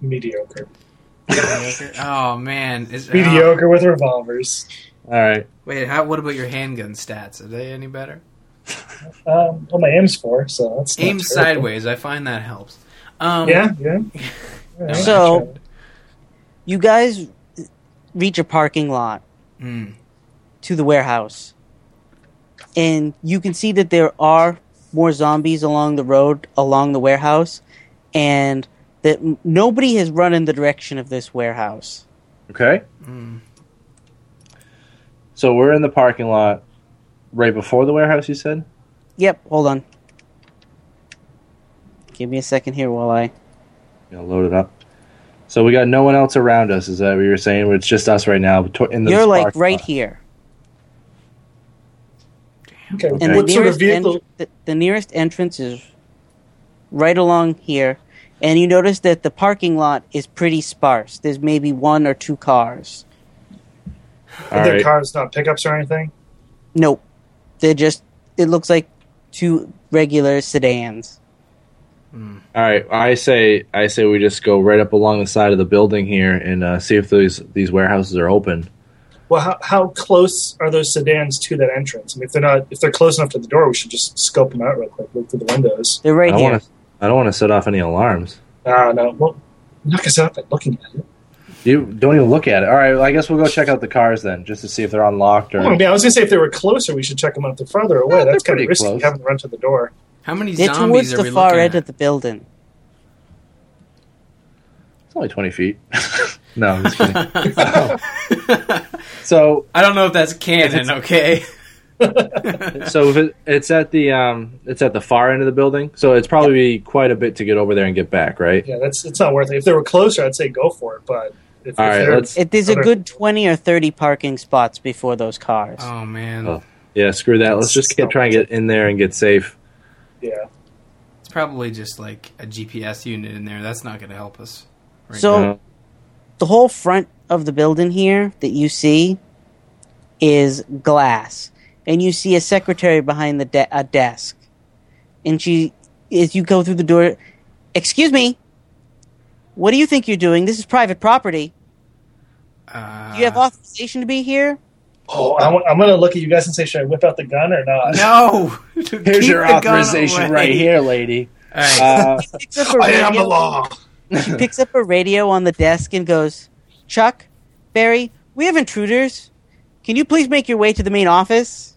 Mediocre.
mediocre- oh man, is, oh,
Mediocre with revolvers.
All right,
Wait, how, what about your handgun stats? Are they any better?
Um, well, my aim's four, so that's not
Aim
terrible.
sideways. I find that helps. Um,
Yeah, yeah. All right,
So-
I'll try it.
you guys reach a parking lot
hmm.
to the warehouse, and you can see that there are more zombies along the road, along the warehouse, and that m- nobody has run in the direction of this warehouse.
Okay.
Hmm.
So we're in the parking lot right before the warehouse, you said?
Yep, hold on. Give me a second here while I.
You know, load it up. So we got no one else around us. Is that what you were saying? It's just us right now. to- In the
You're like
parking
right
lot.
here.
Okay.
And
what
the,
sort
nearest
of vehicle?
en- the, the nearest entrance is right along here, and you notice that the parking lot is pretty sparse. There's maybe one or two cars.
All
Are their
right.
cars not pickups or anything?
Nope, they're just. It looks like two regular sedans.
All right. I say I say we just go right up along the side of the building here and uh, see if these these warehouses are open.
Well, how, how close are those sedans to that entrance? I mean, if they're not, if they're close enough to the door, we should just scope them out real quick, look through the windows.
They're
I
right
don't
here.
want to I don't want to set off any alarms.
Ah, no, well, knock us out by looking at it.
You don't even look at it. All right. Well, I guess we'll go check out the cars then, just to see if they're unlocked or.
Well, I mean, I was gonna say if they were closer, we should check them out. If they're farther away,
No,
that's
they're
kind of
pretty
risky
close.
having to run to the door.
How many
They're
zombies
towards
are we
the far
looking
end
at?
of the building.
It's only twenty feet. no, I'm just kidding. so
I don't know if that's canon. Okay.
so if it, it's at the um, it's at the far end of the building, so it's probably quite a bit to get over there and get back, right?
Yeah, that's it's not worth it. If they were closer, I'd say go for it. But if,
All
if
right,
they're-
let's-
It, there's a
Other-
good 20 or 30 parking spots before those cars.
Oh man,
Oh. Yeah, screw that. Let's just get, try and get in there and get safe.
yeah,
it's probably just like a GPS unit in there. That's not going to help us. Right
so
Uh,
the whole front of the building here that you see is glass, and you see a secretary behind the de- a desk, and she, as you go through the door, excuse me, what do you think you're doing? This is private property.
Uh,
Do you have authorization to be here?
Oh, I wa- I'm going to look at you guys and say, should I whip out the gun or not?
no. oh, Keep
Here's your
the gun
authorization
away.
right here, lady.
All right.
Uh,
Picks up a radio- She picks up a radio on the desk and goes, "Chuck, Barry, we have intruders. Can you please make your way to the main office?"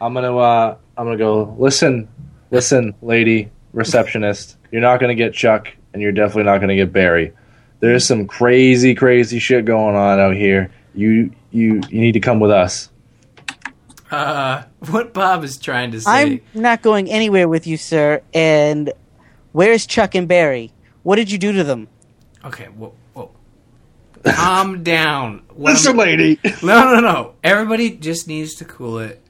I'm gonna uh, I'm gonna go. Listen, listen, lady receptionist. You're not gonna get Chuck, and you're definitely not gonna get Barry. There's some crazy, crazy shit going on out here. You you you need to come with us.
uh, what Bob is trying to say.
I'm not going anywhere with you, sir. And where's Chuck and Barry? What did you do to them?
Okay. Whoa. whoa. Calm down. What I'm-
lady.
No, no, no. Everybody just needs to cool it.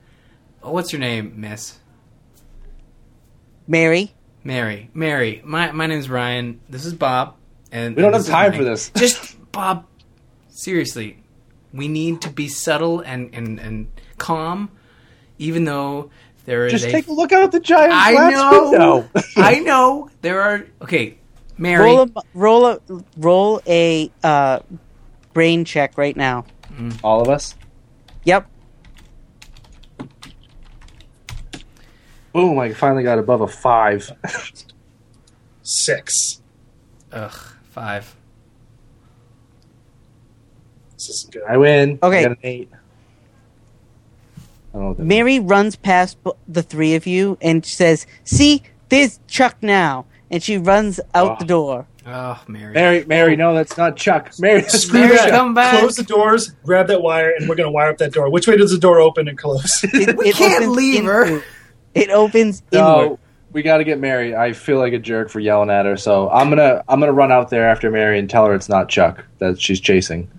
Oh, what's your name, Miss?
Mary?
Mary. Mary. My my name's Ryan. This is Bob. And
We don't
and
have
this is
time
Mike.
for this.
Just Bob. Seriously, we need to be subtle and and and calm, even though there is
Just
a.
take a look out at the giant
I
glass
know.
window.
I know there are. Okay, Mary.
Roll
um,
a roll a roll a uh, brain check right now.
All of us.
Yep.
Boom! I finally got above a five.
Six.
Ugh, five.
This is good.
I win.
Okay.
I got an eight. I don't know what that means.
Mary runs past b- the three of you and says, "See, there's Chuck now." And she runs out the door.
Oh, Mary.
Mary, Mary, no, that's not Chuck. Mary, that's
Screw
Mary,
that.
come back.
Close the doors, grab that wire, and we're going to wire up that door. Which way does the door open and close?
It, we
can't leave her.
It opens inward.
No, we got to get Mary. I feel like a jerk for yelling at her, so I'm gonna I'm gonna run out there after Mary and tell her it's not Chuck that she's chasing.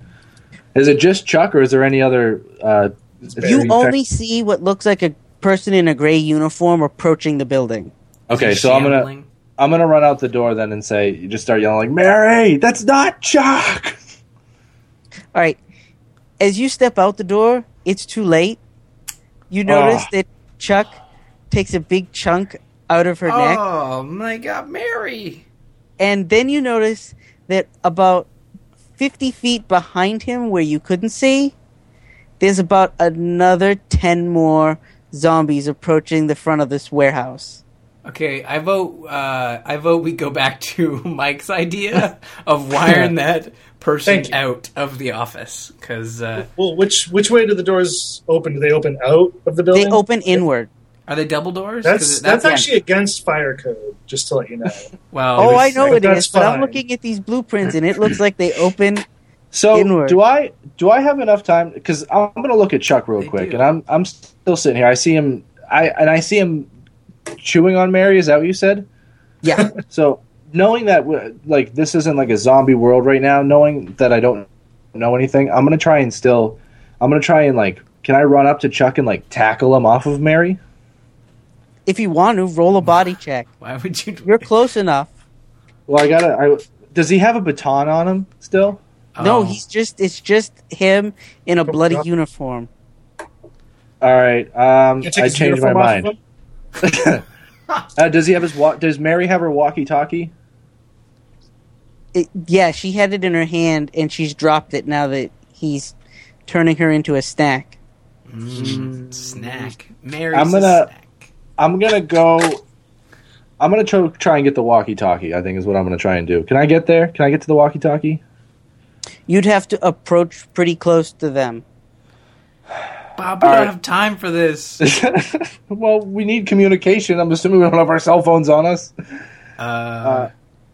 Is it just Chuck, or is there any other? Uh,
You
infect-
only see what looks like a person in a gray uniform approaching the building.
okay. So I'm gonna
Shambling.
I'm gonna run out the door then and say you just start yelling like Mary, that's not Chuck.
All right. As you step out the door, it's too late. You notice
Ah.
that Chuck takes a big chunk out of her neck.
Oh my God, Mary.
And then you notice that about 50 feet behind him, where you couldn't see, there's about another 10 more zombies approaching the front of this warehouse.
Okay, I vote. Uh, I vote we go back to Mike's idea of wiring that
Thank
person
you.
out of the office because uh,
Well, which which way do the doors open? Do they open out of the building?
They open inward.
are they double doors? 'Cause
That's that's, actually against fire code. Just to let you know.
well.
Oh,
it
I
was-
know it
that's
is, but I'm
fine.
looking at these blueprints and it looks like they open.
So
Inward.
do I? Do I have enough time? Because I'm going to look at Chuck real
They
quick,
do.
and I'm I'm still sitting here. I see him. I and I see him chewing on Mary. Is that what you said?
Yeah.
So knowing that w- like this isn't like a zombie world right now, knowing that I don't know anything, I'm gonna try and still, I'm gonna try and like, can I run up to Chuck and like tackle him off of Mary?
if you want to, roll a body check.
Why would you?
You're close enough.
Well, I gotta. I, does he have a baton on him still?
No,
Oh.
he's just it's just him in a bloody uniform.
All right. Um,
You
I
take his
changed my
uniform off of
mind.
him?
Uh, does he have his? Wa- does Mary have her walkie-talkie?
It, yeah, she had it in her hand and she's dropped it now that he's turning her into a snack.
Mm, snack. Mary's
I'm
a
gonna-
snack.
I'm gonna go. I'm gonna try, try and get the walkie-talkie. I think is what I'm gonna try and do. Can I get there? Can I get to the walkie-talkie?
You'd have to approach pretty close to them.
Bob, we don't
right.
have time for this.
well, we need communication. I'm assuming we don't have our cell phones on us.
Uh,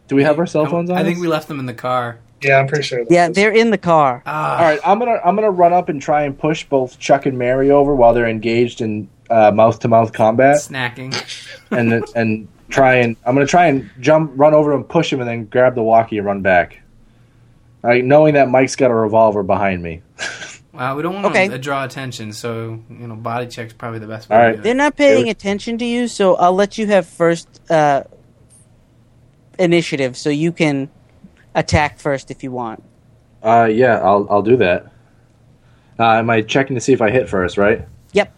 Do we have our cell phones on?
I think
us?
we left them in the car.
Yeah, I'm pretty sure. that-
Yeah, they're in the car.
Ah,
All right, I'm gonna I'm gonna run up and try and push both Chuck and Mary over while they're engaged in mouth to mouth combat,
snacking.
and and try and I'm gonna try and jump, run over and push him, and then grab the walkie and run back. All right, knowing that Mike's got a revolver behind me.
Wow, we don't want
Okay.
to draw attention, so you know, body check's probably the best way.
All
to
right.
do it.
They're not paying attention to you, so I'll let you have first uh, initiative, so you can attack first if you want.
Uh, yeah, I'll I'll do that. Uh, am I checking to see if I hit first? Right,
Yep,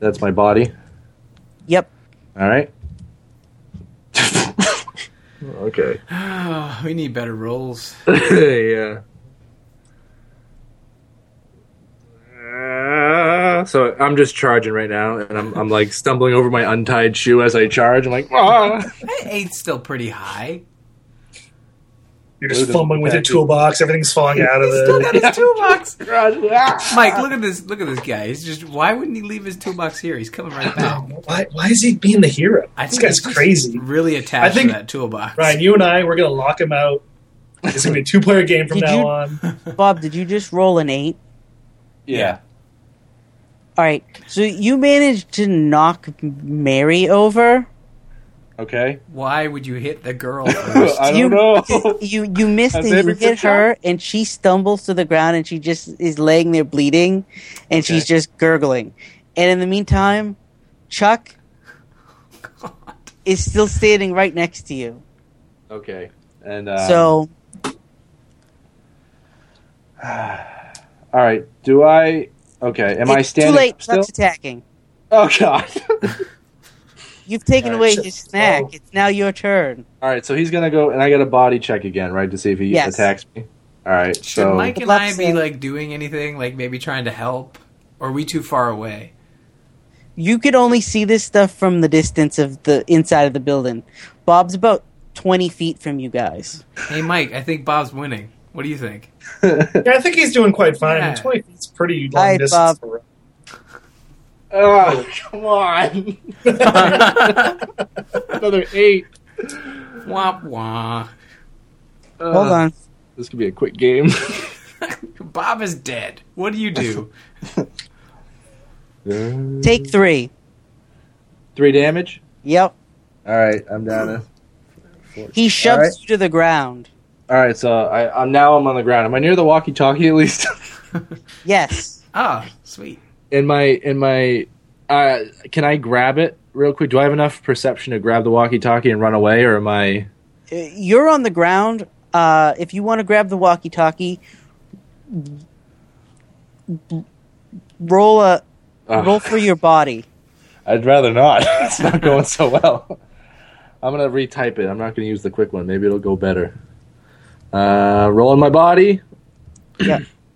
that's my body.
yep.
All right. okay.
Oh, we need better rules.
yeah. Uh, so I'm just charging right now, and I'm I'm like stumbling over my untied shoe as I charge. I'm like, ah.
Eight's still pretty high.
You're just fumbling with your toolbox. Everything's falling out of
He's still
the.
got his toolbox.
Ah.
Uh,
Mike, look at this. Look at this guy. He's just. Why wouldn't he leave his toolbox here? He's coming right back.
Why, why is he being the hero? This guy's
he's just
crazy.
Really attached
I think-
to that toolbox.
Ryan, you and I, we're gonna lock him out. It's gonna be a two-player game from
Did
now
you-
on.
Bob, did you just roll an eight?
Yeah.
All right, so you managed to knock Mary over.
Okay.
Why would you hit the girl? first?
Uh,
I
you,
don't know.
You you missed
That's
and you
every good
hit her, and she stumbles to the ground, and she just is laying there bleeding, and she's just gurgling. And in the meantime, Chuck is still standing right next to you.
okay. And uh,
so
all right. Do I? Okay. Am I
it's
standing
too late.
up still?
Chuck's attacking.
Oh God.
You've taken
All
away
right, Chuck,
his snack.
so-
It's now your turn.
all right. So he's gonna go, and I got a body check again, right, to see if he
Yes.
attacks me. All right.
Should
so
Mike
Good
and
luck,
I be
Sam.
like doing anything? Like maybe trying to help? Or are we too far away?
You could only see this stuff from the distance of the inside of the building. Bob's about twenty feet from you guys.
Hey, Mike, I think Bob's winning. What do you think?
Yeah, I think he's doing quite fine.
Yeah.
Twenty feet's pretty long
Hi, Bob.
distance. for
Oh, come on. Another eight.
Wah wah.
Hold on.
This could be a quick game.
Bob is dead. What do you do?
Take three.
Three damage.
Yep.
All right, I'm down. To,
He shoves
Alright.
you to the ground.
all right, so I, I'm now I'm on the ground. Am I near the walkie-talkie at least?
Yes.
Ah, sweet.
in my in my, uh, can I grab it real quick? Do I have enough perception to grab the walkie-talkie and run away, or am I?
Uh, You're on the ground. Uh, if you want to grab the walkie talkie, roll a
Ugh.
roll for your body.
I'd rather not. it's not going so well. I'm gonna retype it. I'm not gonna use the quick one. Maybe it'll go better. Uh, rolling my body.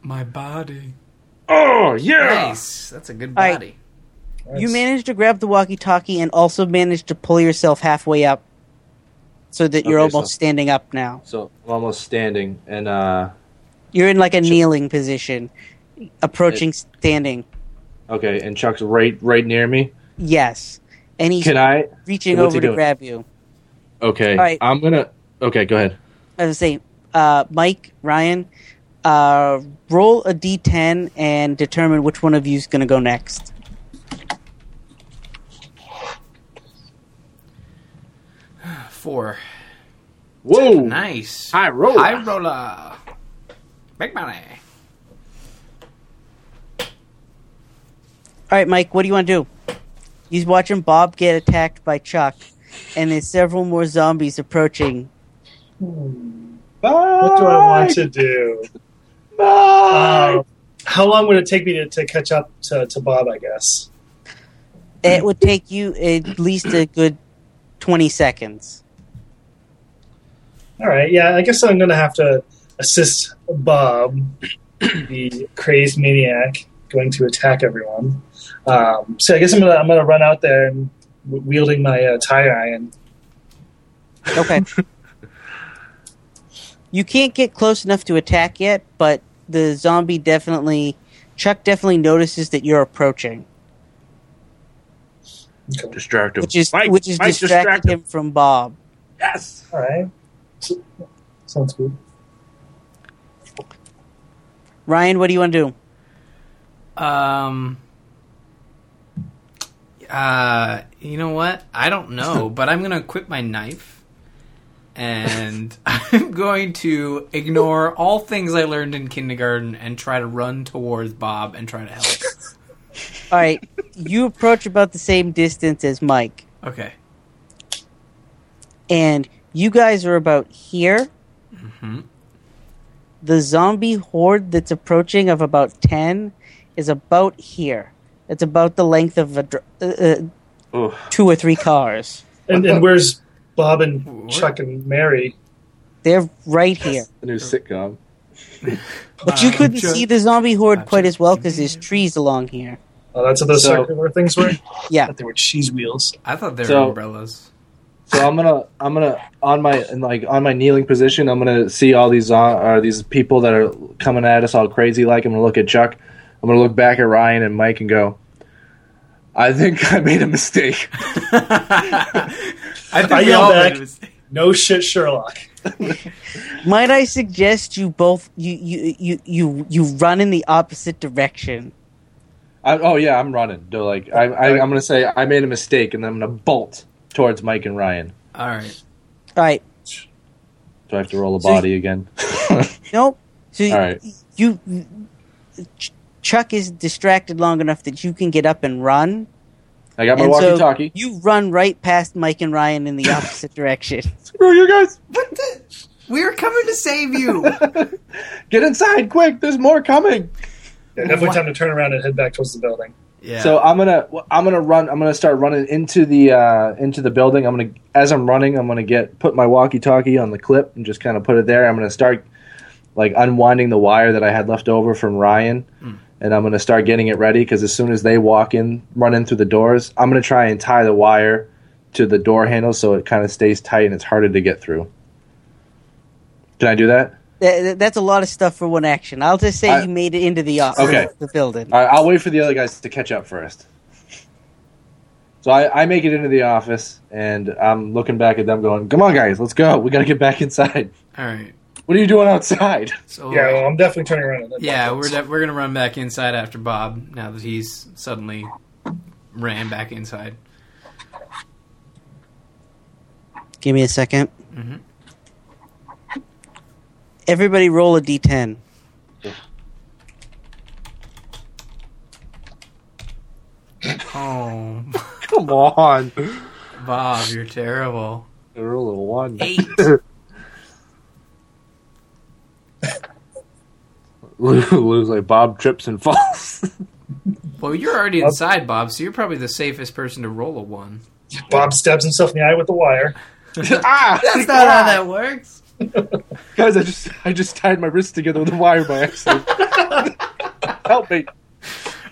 My body.
Oh yeah! Oh,
Nice. That's a good
All right.
body.
You managed to grab the walkie-talkie and also managed to pull yourself halfway up, so that you're
Okay, so-
almost standing up now.
So I'm almost standing, and uh,
You're in like a kneeling position, approaching standing.
okay, and Chuck's right right near me.
Yes, and he's
Can I?
reaching
what's
over
he
to
doing?
grab you.
Okay,
All right.
I'm gonna. Okay, go ahead.
I was saying, uh, Mike, Ryan, uh, roll a d10 and determine which one of you is going to go next.
Four.
Whoa!
Oh.
Nice.
High roller.
High roller. Big money.
All right, Mike, what do you want to do? He's watching Bob get attacked by Chuck, and there's several more zombies approaching.
What do I want to do? Um, how long would it take me to, to catch up to, to Bob? I guess.
It would take you at least a good 20 seconds.
All right. Yeah, I guess I'm going to have to assist Bob, the crazed maniac, going to attack everyone. Um, so I guess I'm going to I'm going to run out there and w- wielding my uh, tire iron.
Okay. you can't get close enough to attack yet, but the zombie definitely, Chuck definitely notices that you're approaching.
Okay.
Distract him.
which is
Mike,
which is
Mike, distract
distracting him from Bob.
Yes.
All right. So- Sounds good.
Ryan, what do you want to do?
Um. Uh, you know what? I don't know, but I'm gonna equip my knife, and I'm going to ignore all things I learned in kindergarten and try to run towards Bob and try to help.
All right, you approach about the same distance as Mike,
Okay.
and you guys are about here.
Mm-hmm.
The zombie horde that's approaching of about ten is about here. It's about the length of a, dr- uh, uh,
Oh,
two or three cars.
And, and where's Bob and
What?
Chuck and Mary?
They're right here,
a new sitcom.
but you
Um,
couldn't
sure.
see the zombie horde
I'm
quite
sure.
as well because there's trees along here.
Oh, that's what those
So-
circular things were.
Yeah,
thought they were cheese wheels.
I thought they were
So-
umbrellas.
So I'm gonna, I'm gonna, on my in, like on my kneeling position, I'm gonna see all these uh, are these people that are coming at us all crazy. Like I'm gonna look at Chuck, I'm gonna look back at Ryan and Mike and go, I think I made a mistake.
I think
I
we
yelled
all made
back.
a mistake.
No shit, Sherlock.
Might I suggest you both you you you you, you run in the opposite direction?
I, oh yeah, I'm running. They're like I, I, I'm gonna say I made a mistake, and then I'm gonna bolt towards Mike and Ryan.
All right.
All right.
Do I have to roll a
So you-
body again?
Nope. So
All right.
you Ch- Chuck is distracted long enough that you can get up and run.
I got my
and so
walkie-talkie.
you run right past Mike and Ryan in the opposite direction.
Screw you guys!
What the? We were coming to save you.
Get inside quick. There's more coming.
Yeah, definitely time to turn around and head back towards the building.
Yeah.
So I'm gonna I'm gonna run I'm gonna start running into the uh, into the building. I'm gonna as I'm running I'm gonna get put my walkie-talkie on the clip and just kind of put it there. I'm gonna start like unwinding the wire that I had left over from Ryan, and I'm gonna start getting it ready because as soon as they walk in, run in through the doors, I'm gonna try and tie the wire to the door handle so it kind of stays tight and it's harder to get through. Can I do that?
Th- th- that's a lot of stuff for one action. I'll just say
I-
you made it into the opposite
Okay.
of the building.
All right, I'll wait for the other guys to catch up first. So I, I make it into the office, and I'm looking back at them, going, "Come on, guys, let's go. We got to get back inside.
all right.
What are you doing outside?"
So
Yeah, well, I'm definitely turning around. And head
Yeah,
back
we're de- we're gonna run back inside after Bob now that he's suddenly ran back inside.
Give me a 2nd Everybody, roll a d10.
Oh,
Come on,
Bob, you're terrible.
roll a one.
Eight.
Lose like Bob trips and falls.
Well, you're already inside, Bob, so you're probably the safest person to roll a one.
Bob stabs himself in the eye with the wire.
ah,
That's not how that works.
guys! I just I just tied my wrists together with a wire by accident. Help me!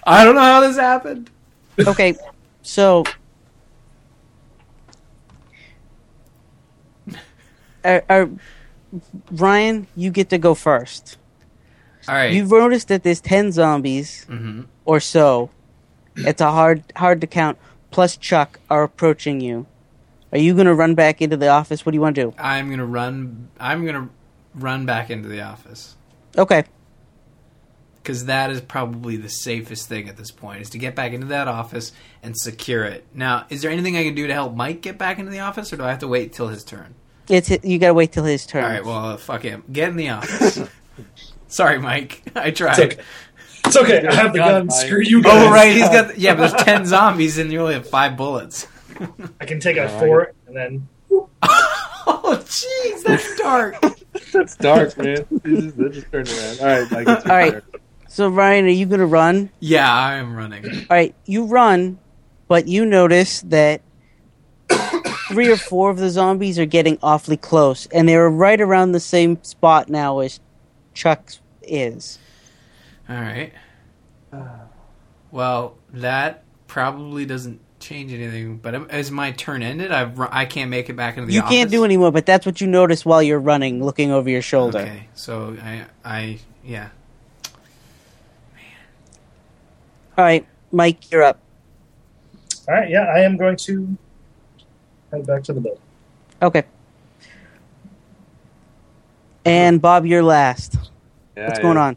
I don't know how this happened.
Okay, so. Uh, uh, Ryan, you get to go first.
All right.
You've noticed that there's ten zombies
Mm-hmm.
or so. It's a hard hard to count. Plus Chuck are approaching you. Are you going to run back into the office? What do you want to do?
I'm gonna run. I'm gonna run back into the office
Okay,
because that is probably the safest thing at this point is to get back into that office and secure it. Now, is there anything I can do to help Mike get back into the office, or do I have to wait till his turn?
it's you got to wait till his turn.
All right. Well, uh, fuck him. Get in the office. Sorry, Mike. I tried.
okay. It's okay. I have the gun.
Gun, Mike.
Screw you guys.
Oh right, he's got yeah. But there's ten zombies and you only have five bullets.
I can take out four and then
Oh jeez, that's dark.
That's dark, man. This is- That just turned around. All right, Mike. It's your
All right.
turn.
So Ryan, are you going to run?
yeah, I am running.
All right, you run, but you notice that three or four of the zombies are getting awfully close, and they're right around the same spot now as Chuck is.
All right. Well, that probably doesn't change anything. But am- is my turn ended? I've ru- I can't make it back into the.
you can't do anymore, but that's what you notice while you're running, looking over your shoulder.
Okay, so I I yeah.
All right, Mike, you're up.
all right. Yeah, I am going to head back to the building.
Okay. And Bob, you're last.
Yeah,
What's
yeah.
going on?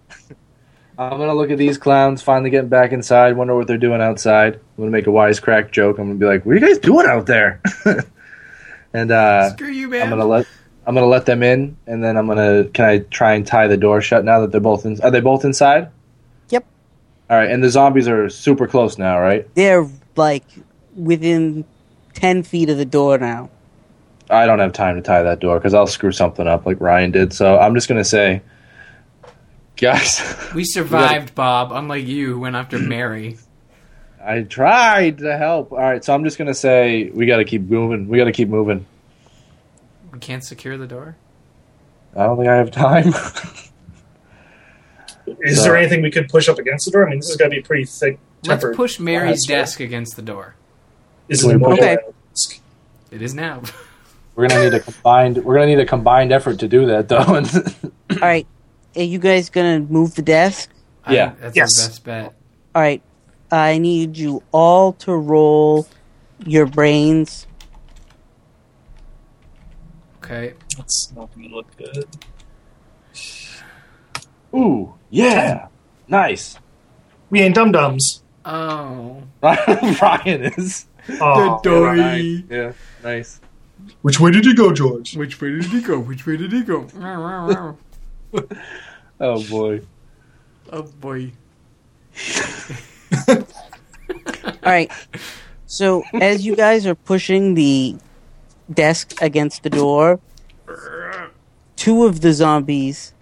I'm gonna look at these clowns finally getting back inside. Wonder what they're doing outside. I'm gonna make a wisecrack joke. I'm gonna be like, "What are you guys doing out there?" and uh,
Screw you,
I'm
man.
gonna let I'm gonna let them in, and then I'm gonna can I try and tie the door shut now that they're both in? Are they both inside?
Yep.
All right, and the zombies are super close now, right?
They're like within 10 feet of the door now.
I don't have time to tie that door because I'll screw something up like Ryan did. So I'm just gonna say, guys,
we survived, Bob. Unlike you, who went after Mary.
I tried to help. All right, so I'm just gonna say we gotta keep moving. We gotta keep moving.
We can't secure the door.
I don't think I have time.
Is
So-
there anything we could push up against the door? I mean, this is going to be pretty thick.
Let's
tempered
push Mary's
glass, right?
desk against the door.
Is
Can
it
we push
it?
okay?
It is now.
we're gonna need a combined. We're gonna need a combined effort to do that, though. And
All right, are you guys going to move the desk?
I-
Yeah.
that's
Yes.
our best bet.
All right, I need you all to roll your brains.
Okay.
That's not going to look good.
ooh, yeah, nice.
We ain't dum dums.
Oh.
Ryan is.
Oh,
Right. Yeah, nice.
which way did you go, George?
Which way did he go? Which way did he go? oh
Oh boy.
boy.
All right, so as you guys are pushing the desk against the door, two of the zombies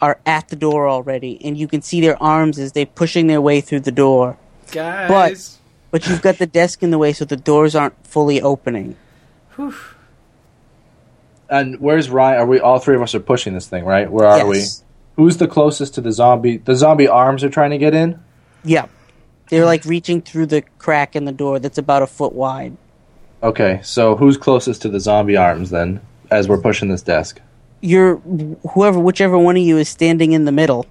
are at the door already, and you can see their arms as they're pushing their way through the door.
Guys.
But you've got the desk in the way, so the doors aren't fully opening.
And where's Ryan? Are we all three of us are pushing this thing, right? Where are
Yes.
we? Who's the closest to the zombie? The zombie arms are trying to get in.
Yeah. They're like reaching through the crack in the door that's about a foot wide.
Okay, so who's closest to the zombie arms then? As we're pushing this desk,
You're whoever, whichever one of you is standing in the middle.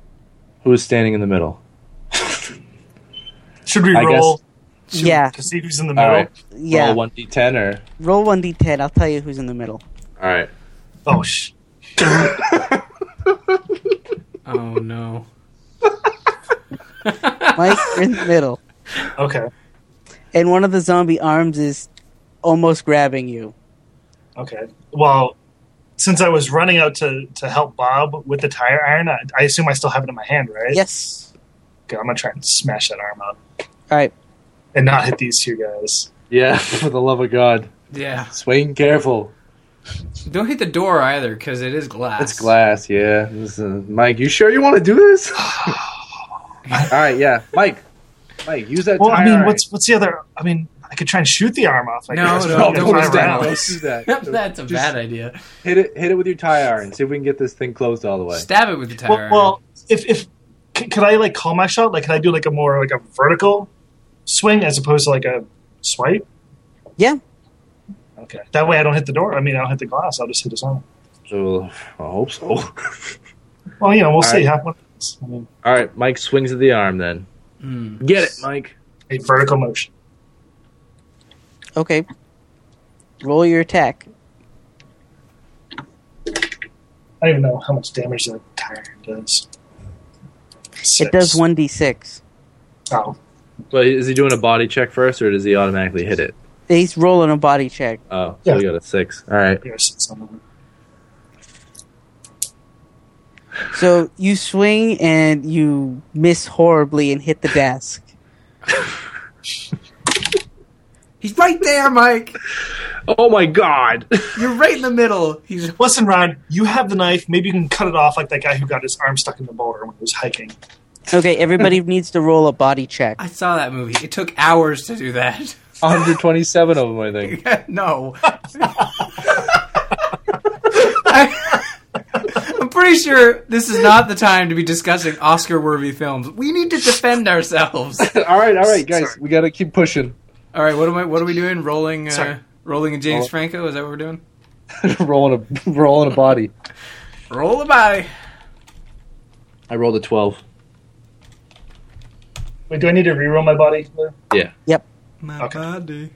who's standing in the middle?
Should we
I guess-
roll
yeah,
to see who's in the
All
middle?
right,
yeah.
one d ten or
Roll one d10. I'll tell you who's in the middle.
all right.
Oh, sh-
Oh no.
Mike, you're in the middle,
okay.
and one of the zombie arms is almost grabbing you.
Okay. Well, since I was running out to, to help Bob with the tire iron, I, I assume I still have it in my hand, right?
Yes.
Okay, I'm gonna try and smash that arm up
All right.
and not hit these two guys.
Yeah, for the love of God,
Yeah.
swing careful.
Don't hit the door either, because it is glass.
It's glass, yeah. This is- Mike, you sure you want to do this? All right, yeah, Mike. Mike, use that.
Well, I
tire
mean,
iron.
what's what's the other? I mean, I could try and shoot the arm off. I
No,
guess,
no,
but I'll
don't
do
do
five
that.
rounds.
Don't do that.
That's a
Just
bad idea.
Hit it, hit it with your tire iron. See if we can get this thing closed all the way.
Stab it with the tire.
Well, well, if if c- could I like call my shot? Like, could I do like a more like a vertical swing as opposed to like a swipe?
Yeah.
Okay. That way I don't hit the door. I mean, I'll hit the glass. I'll just hit his arm.
So I hope so. All
Well, you know, we'll see.
right.
Half one. I mean,
right, Mike swings at the arm. Then
Hmm.
get it, Mike.
a vertical motion.
Okay. Roll your attack.
I don't even know how much damage the tire does.
It does 1d6.
Oh,
But is he doing a body check first, or does he automatically hit it?
He's rolling a body check.
Oh, so we got a six. All right.
here's someone.
So you swing and you miss horribly and hit the desk.
He's right there, Mike.
Oh my God!
You're right in the middle. He's
Listen, Ron, you have the knife. Maybe you can cut it off like that guy who got his arm stuck in the boulder when he was hiking.
Okay, everybody needs to roll a body check.
I saw that movie. It took hours to do that.
127 of them, I think.
no. I, am pretty sure this is not the time to be discussing Oscar worthy films. We need to defend ourselves.
all right, all right, guys, we gotta keep pushing.
All right, what am I what are we doing? Rolling uh,
Sorry.
rolling a James
Oh.
Franco, is that what we're doing?
rolling a rolling a body.
Roll the body.
I rolled a 12.
Wait, do I need to reroll my body? Lou?
My
Okay.
body.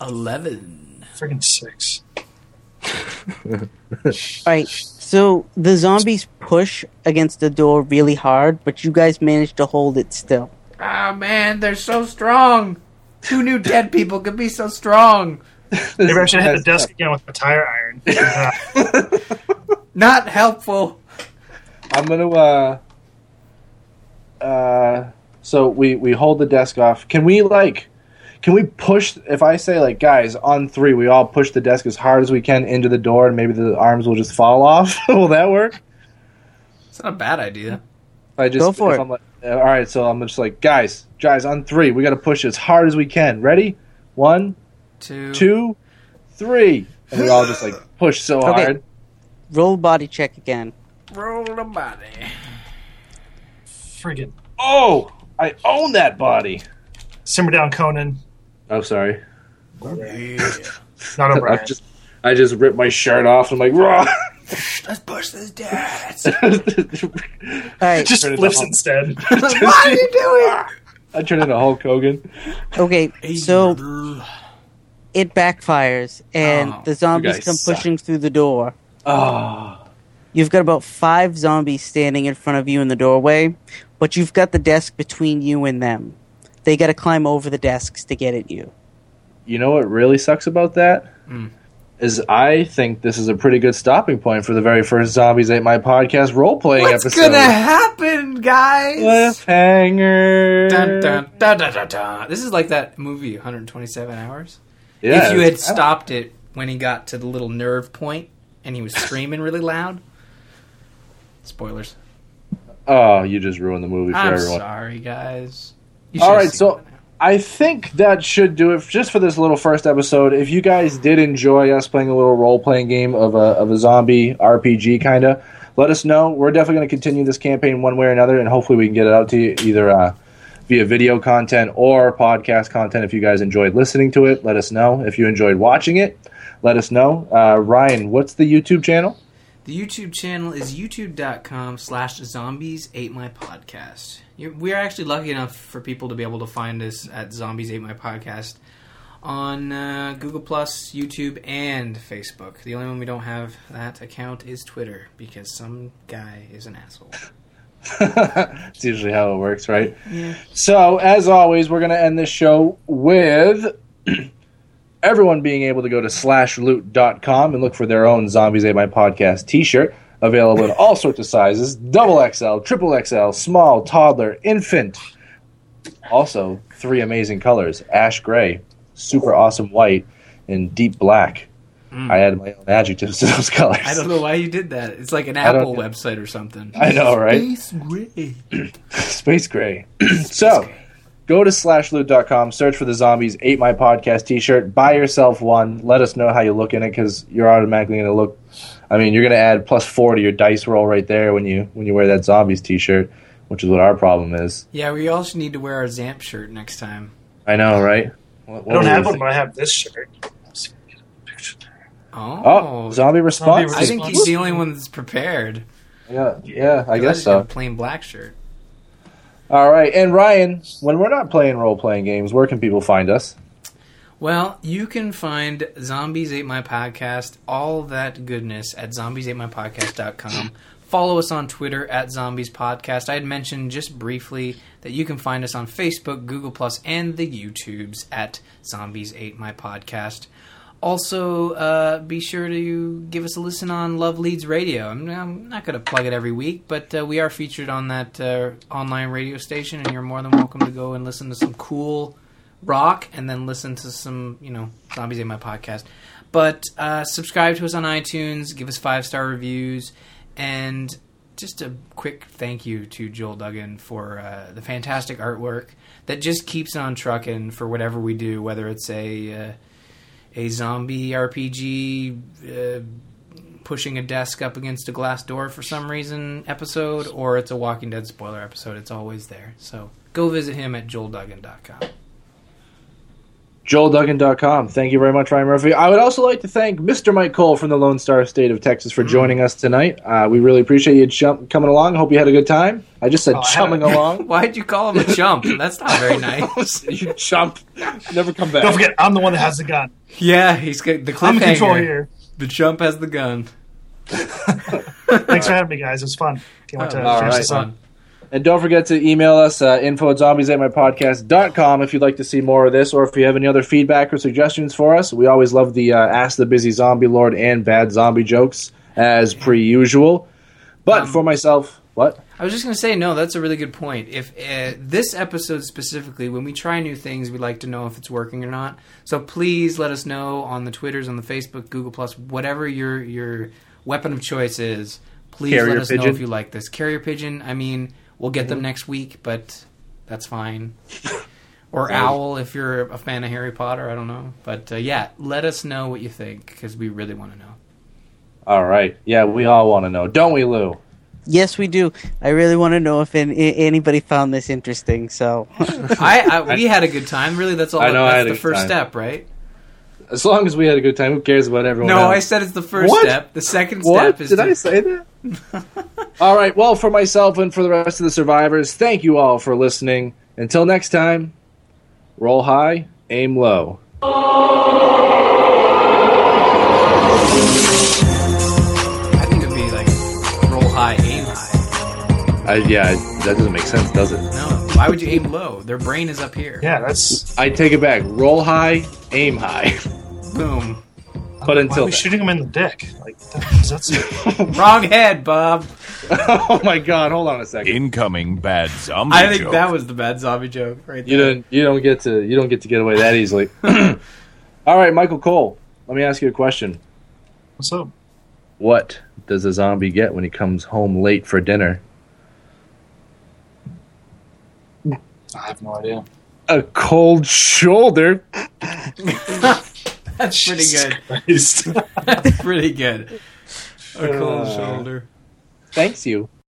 Eleven.
Friggin' six.
Alright, so the zombies push against the door really hard, but you guys manage to hold it still.
Ah man, they're so strong. Who knew dead people could be so strong?
Maybe I should hit the desk again with a tire iron. Ah, Yeah.
Not helpful.
I'm gonna uh uh so we we hold the desk off. Can we like can we push if I say like guys on three we all push the desk as hard as we can into the door and maybe the arms will just fall off? will that work?
It's not a bad idea.
If I just
Go for
if
it.
I'm like, uh, all right, so I'm just like guys, guys on three, we gotta push as hard as we can. Ready? One,
Two.
two, three. And we all just like push so
Okay.
hard.
Roll body check again.
Roll the body.
Friggin'
Oh, I own that body.
simmer down, Conan.
Oh, sorry.
Not
I
O'Brien.
just I just ripped my shirt off and I'm like, raw.
Let's push this desk.
Alright,
just
Turn it
flips
off.
instead.
Why are you doing?
I turned into Hulk Hogan.
okay, so
oh,
it backfires and
Oh,
the zombies
guys
come
suck.
pushing through the door.
Oh,
You've got about five zombies standing in front of you in the doorway, but you've got the desk between you and them. They got to climb over the desks to get at you.
you know what really sucks about that
Mm.
is I think this is a pretty good stopping point for the very first Zombies Ate My Podcast role playing
what's
episode.
gonna happen, guys?
Cliffhanger.
Dun, dun, dun, dun, dun, dun. This is like that movie, 127 hours.
Yeah,
if you had
I-
stopped it when he got to the little nerve point and he was screaming really loud. Spoilers.
Oh, you just ruined the movie for
I'm
everyone.
sorry, guys. You
All
should've
right,
seen
so-
it by now.
I think that should do it just for this little first episode. If you guys did enjoy us playing a little role playing game of a, of a zombie RPG, kind of, let us know. We're definitely going to continue this campaign one way or another, and hopefully we can get it out to you either uh, via video content or podcast content. If you guys enjoyed listening to it, let us know. If you enjoyed watching it, let us know. Uh, Ryan, what's the YouTube channel?
The YouTube channel is youtube.com slash zombies ate my podcast. You're, we are actually lucky enough for people to be able to find us at zombies ate my podcast on uh, Google Plus, YouTube, and Facebook. The only one we don't have that account is Twitter because some guy is an asshole.
It's usually how it works, right?
Yeah.
So, as always, we're going to end this show with everyone being able to go to slashloot.com and look for their own Zombies Ate My Podcast t shirt, available in all sorts of sizes double XL, triple XL, small, toddler, infant. Also, three amazing colors ash gray, super awesome white, and deep black. I added my own adjectives to those colors.
Mm. I don't know why you did that. It's like an
don't
Apple
know.
website or something.
I know, right?
Space gray.
Space Gray. so, go to slashloot.com, search for the Zombies Ate My Podcast t shirt, buy yourself one, let us know how you look in it because you're automatically going to look. I mean, you're going to add plus four to your dice roll right there when you when you wear that Zombies t shirt. which is what our problem is.
Yeah, we all should need to wear our Zamp shirt next time.
I know, right? What,
I don't have one, but I have this shirt. Let's see if I can get a picture there.
Oh,
Oh, zombie response.
I think he's the only one that's prepared.
yeah, yeah, I guess
just
so.
got a plain black shirt.
All right, and Ryan, when we're not playing role playing games, where can people find us?
Well, you can find Zombies Ate My Podcast, all that goodness at zombiesatemypodcast.com. Follow us on Twitter at Zombies Podcast. I had mentioned just briefly that you can find us on Facebook, Google Plus, and the YouTubes at Zombies Ate My Podcast. Also, uh, be sure to give us a listen on Love Leads Radio. I'm, I'm not going to plug it every week, but uh, we are featured on that uh, online radio station, and you're more than welcome to go and listen to some cool rock and then listen to some, you know, Zombies Ate My Podcast. But uh, subscribe to us on iTunes, give us five star reviews, and just a quick thank you to Joel Duggan for uh, the fantastic artwork that just keeps on trucking for whatever we do, whether it's a. Uh, a zombie RPG uh, pushing a desk up against a glass door for some reason episode, or it's a Walking Dead spoiler episode. It's always there. So go visit him at joelduggan.com.
JoelDuggan.com. Thank you very much, Ryan Murphy. I would also like to thank Mr. Mike Cole from the Lone Star State of Texas for joining us tonight. Uh, we really appreciate you jump- coming along. Hope you had a good time. I just said chumming along.
Why'd you call him a chump? That's not very nice.
you chump. Never come back.
Don't forget, I'm the one that has the gun.
yeah, he's got the cliffhanger.
I'm in control here.
The chump has the gun.
Thanks for having me, guys. It was fun. Can't wait to
Oh, all
finish
right.
this up.
And don't forget to email us uh, info at zombiesatemypodcast.com if you'd like to see more of this or if you have any other feedback or suggestions for us. We always love the uh, Ask the Busy Zombie Lord and Bad Zombie jokes as per usual. But for myself, what?
I was just going to say, no, that's a really good point. If uh, this episode specifically, when we try new things, we like to know if it's working or not. So please let us know on the Twitters, on the Facebook, Google Plus, whatever your your weapon of choice is. Please let
Carrier
us know
pigeon. Mm-hmm.
if you like this carrier pigeon. I mean, we'll get them next week, but that's fine. or owl if you're a fan of Harry Potter. I don't know, but uh, yeah, let us know what you think because we really want to know.
All right. Yeah, we all want to know, don't we, Lou?
Yes, we do. I really want to know if an, i- anybody found this interesting. So,
I, I we had a good time. Really, that's all.
I know I
that's
had a
the
good
first
time.
step, right?
As long as we had a good time, who cares about everyone
No, I
else?
said it's the first
What?
step. The second
What?
step is
Did
to-
I say that? all right. Well, for myself and for the rest of the survivors, thank you all for listening. Until next time, roll high, aim low.
I think it'd be like roll high, aim high.
I, yeah, that doesn't make sense, does it?
No, why would you aim low? Their brain is up here.
Yeah, that's.
I take it back. Roll high, aim high.
Boom.
But
Why are
until
we shooting him in the dick? Like, that, that's.
Wrong head, Bob.
oh my god, hold on a second.
Incoming bad zombie.
I think
joke.
that was the bad zombie joke right
You
there.
don't you don't get to you don't get to get away that easily. All right, Michael Cole. Let me ask you a question.
What's up?
What does a zombie get when he comes home late for dinner?
I have no idea.
A cold shoulder.
That's pretty good.
Christ.
Uh,
That's pretty good. A cold shoulder.
Thanks you.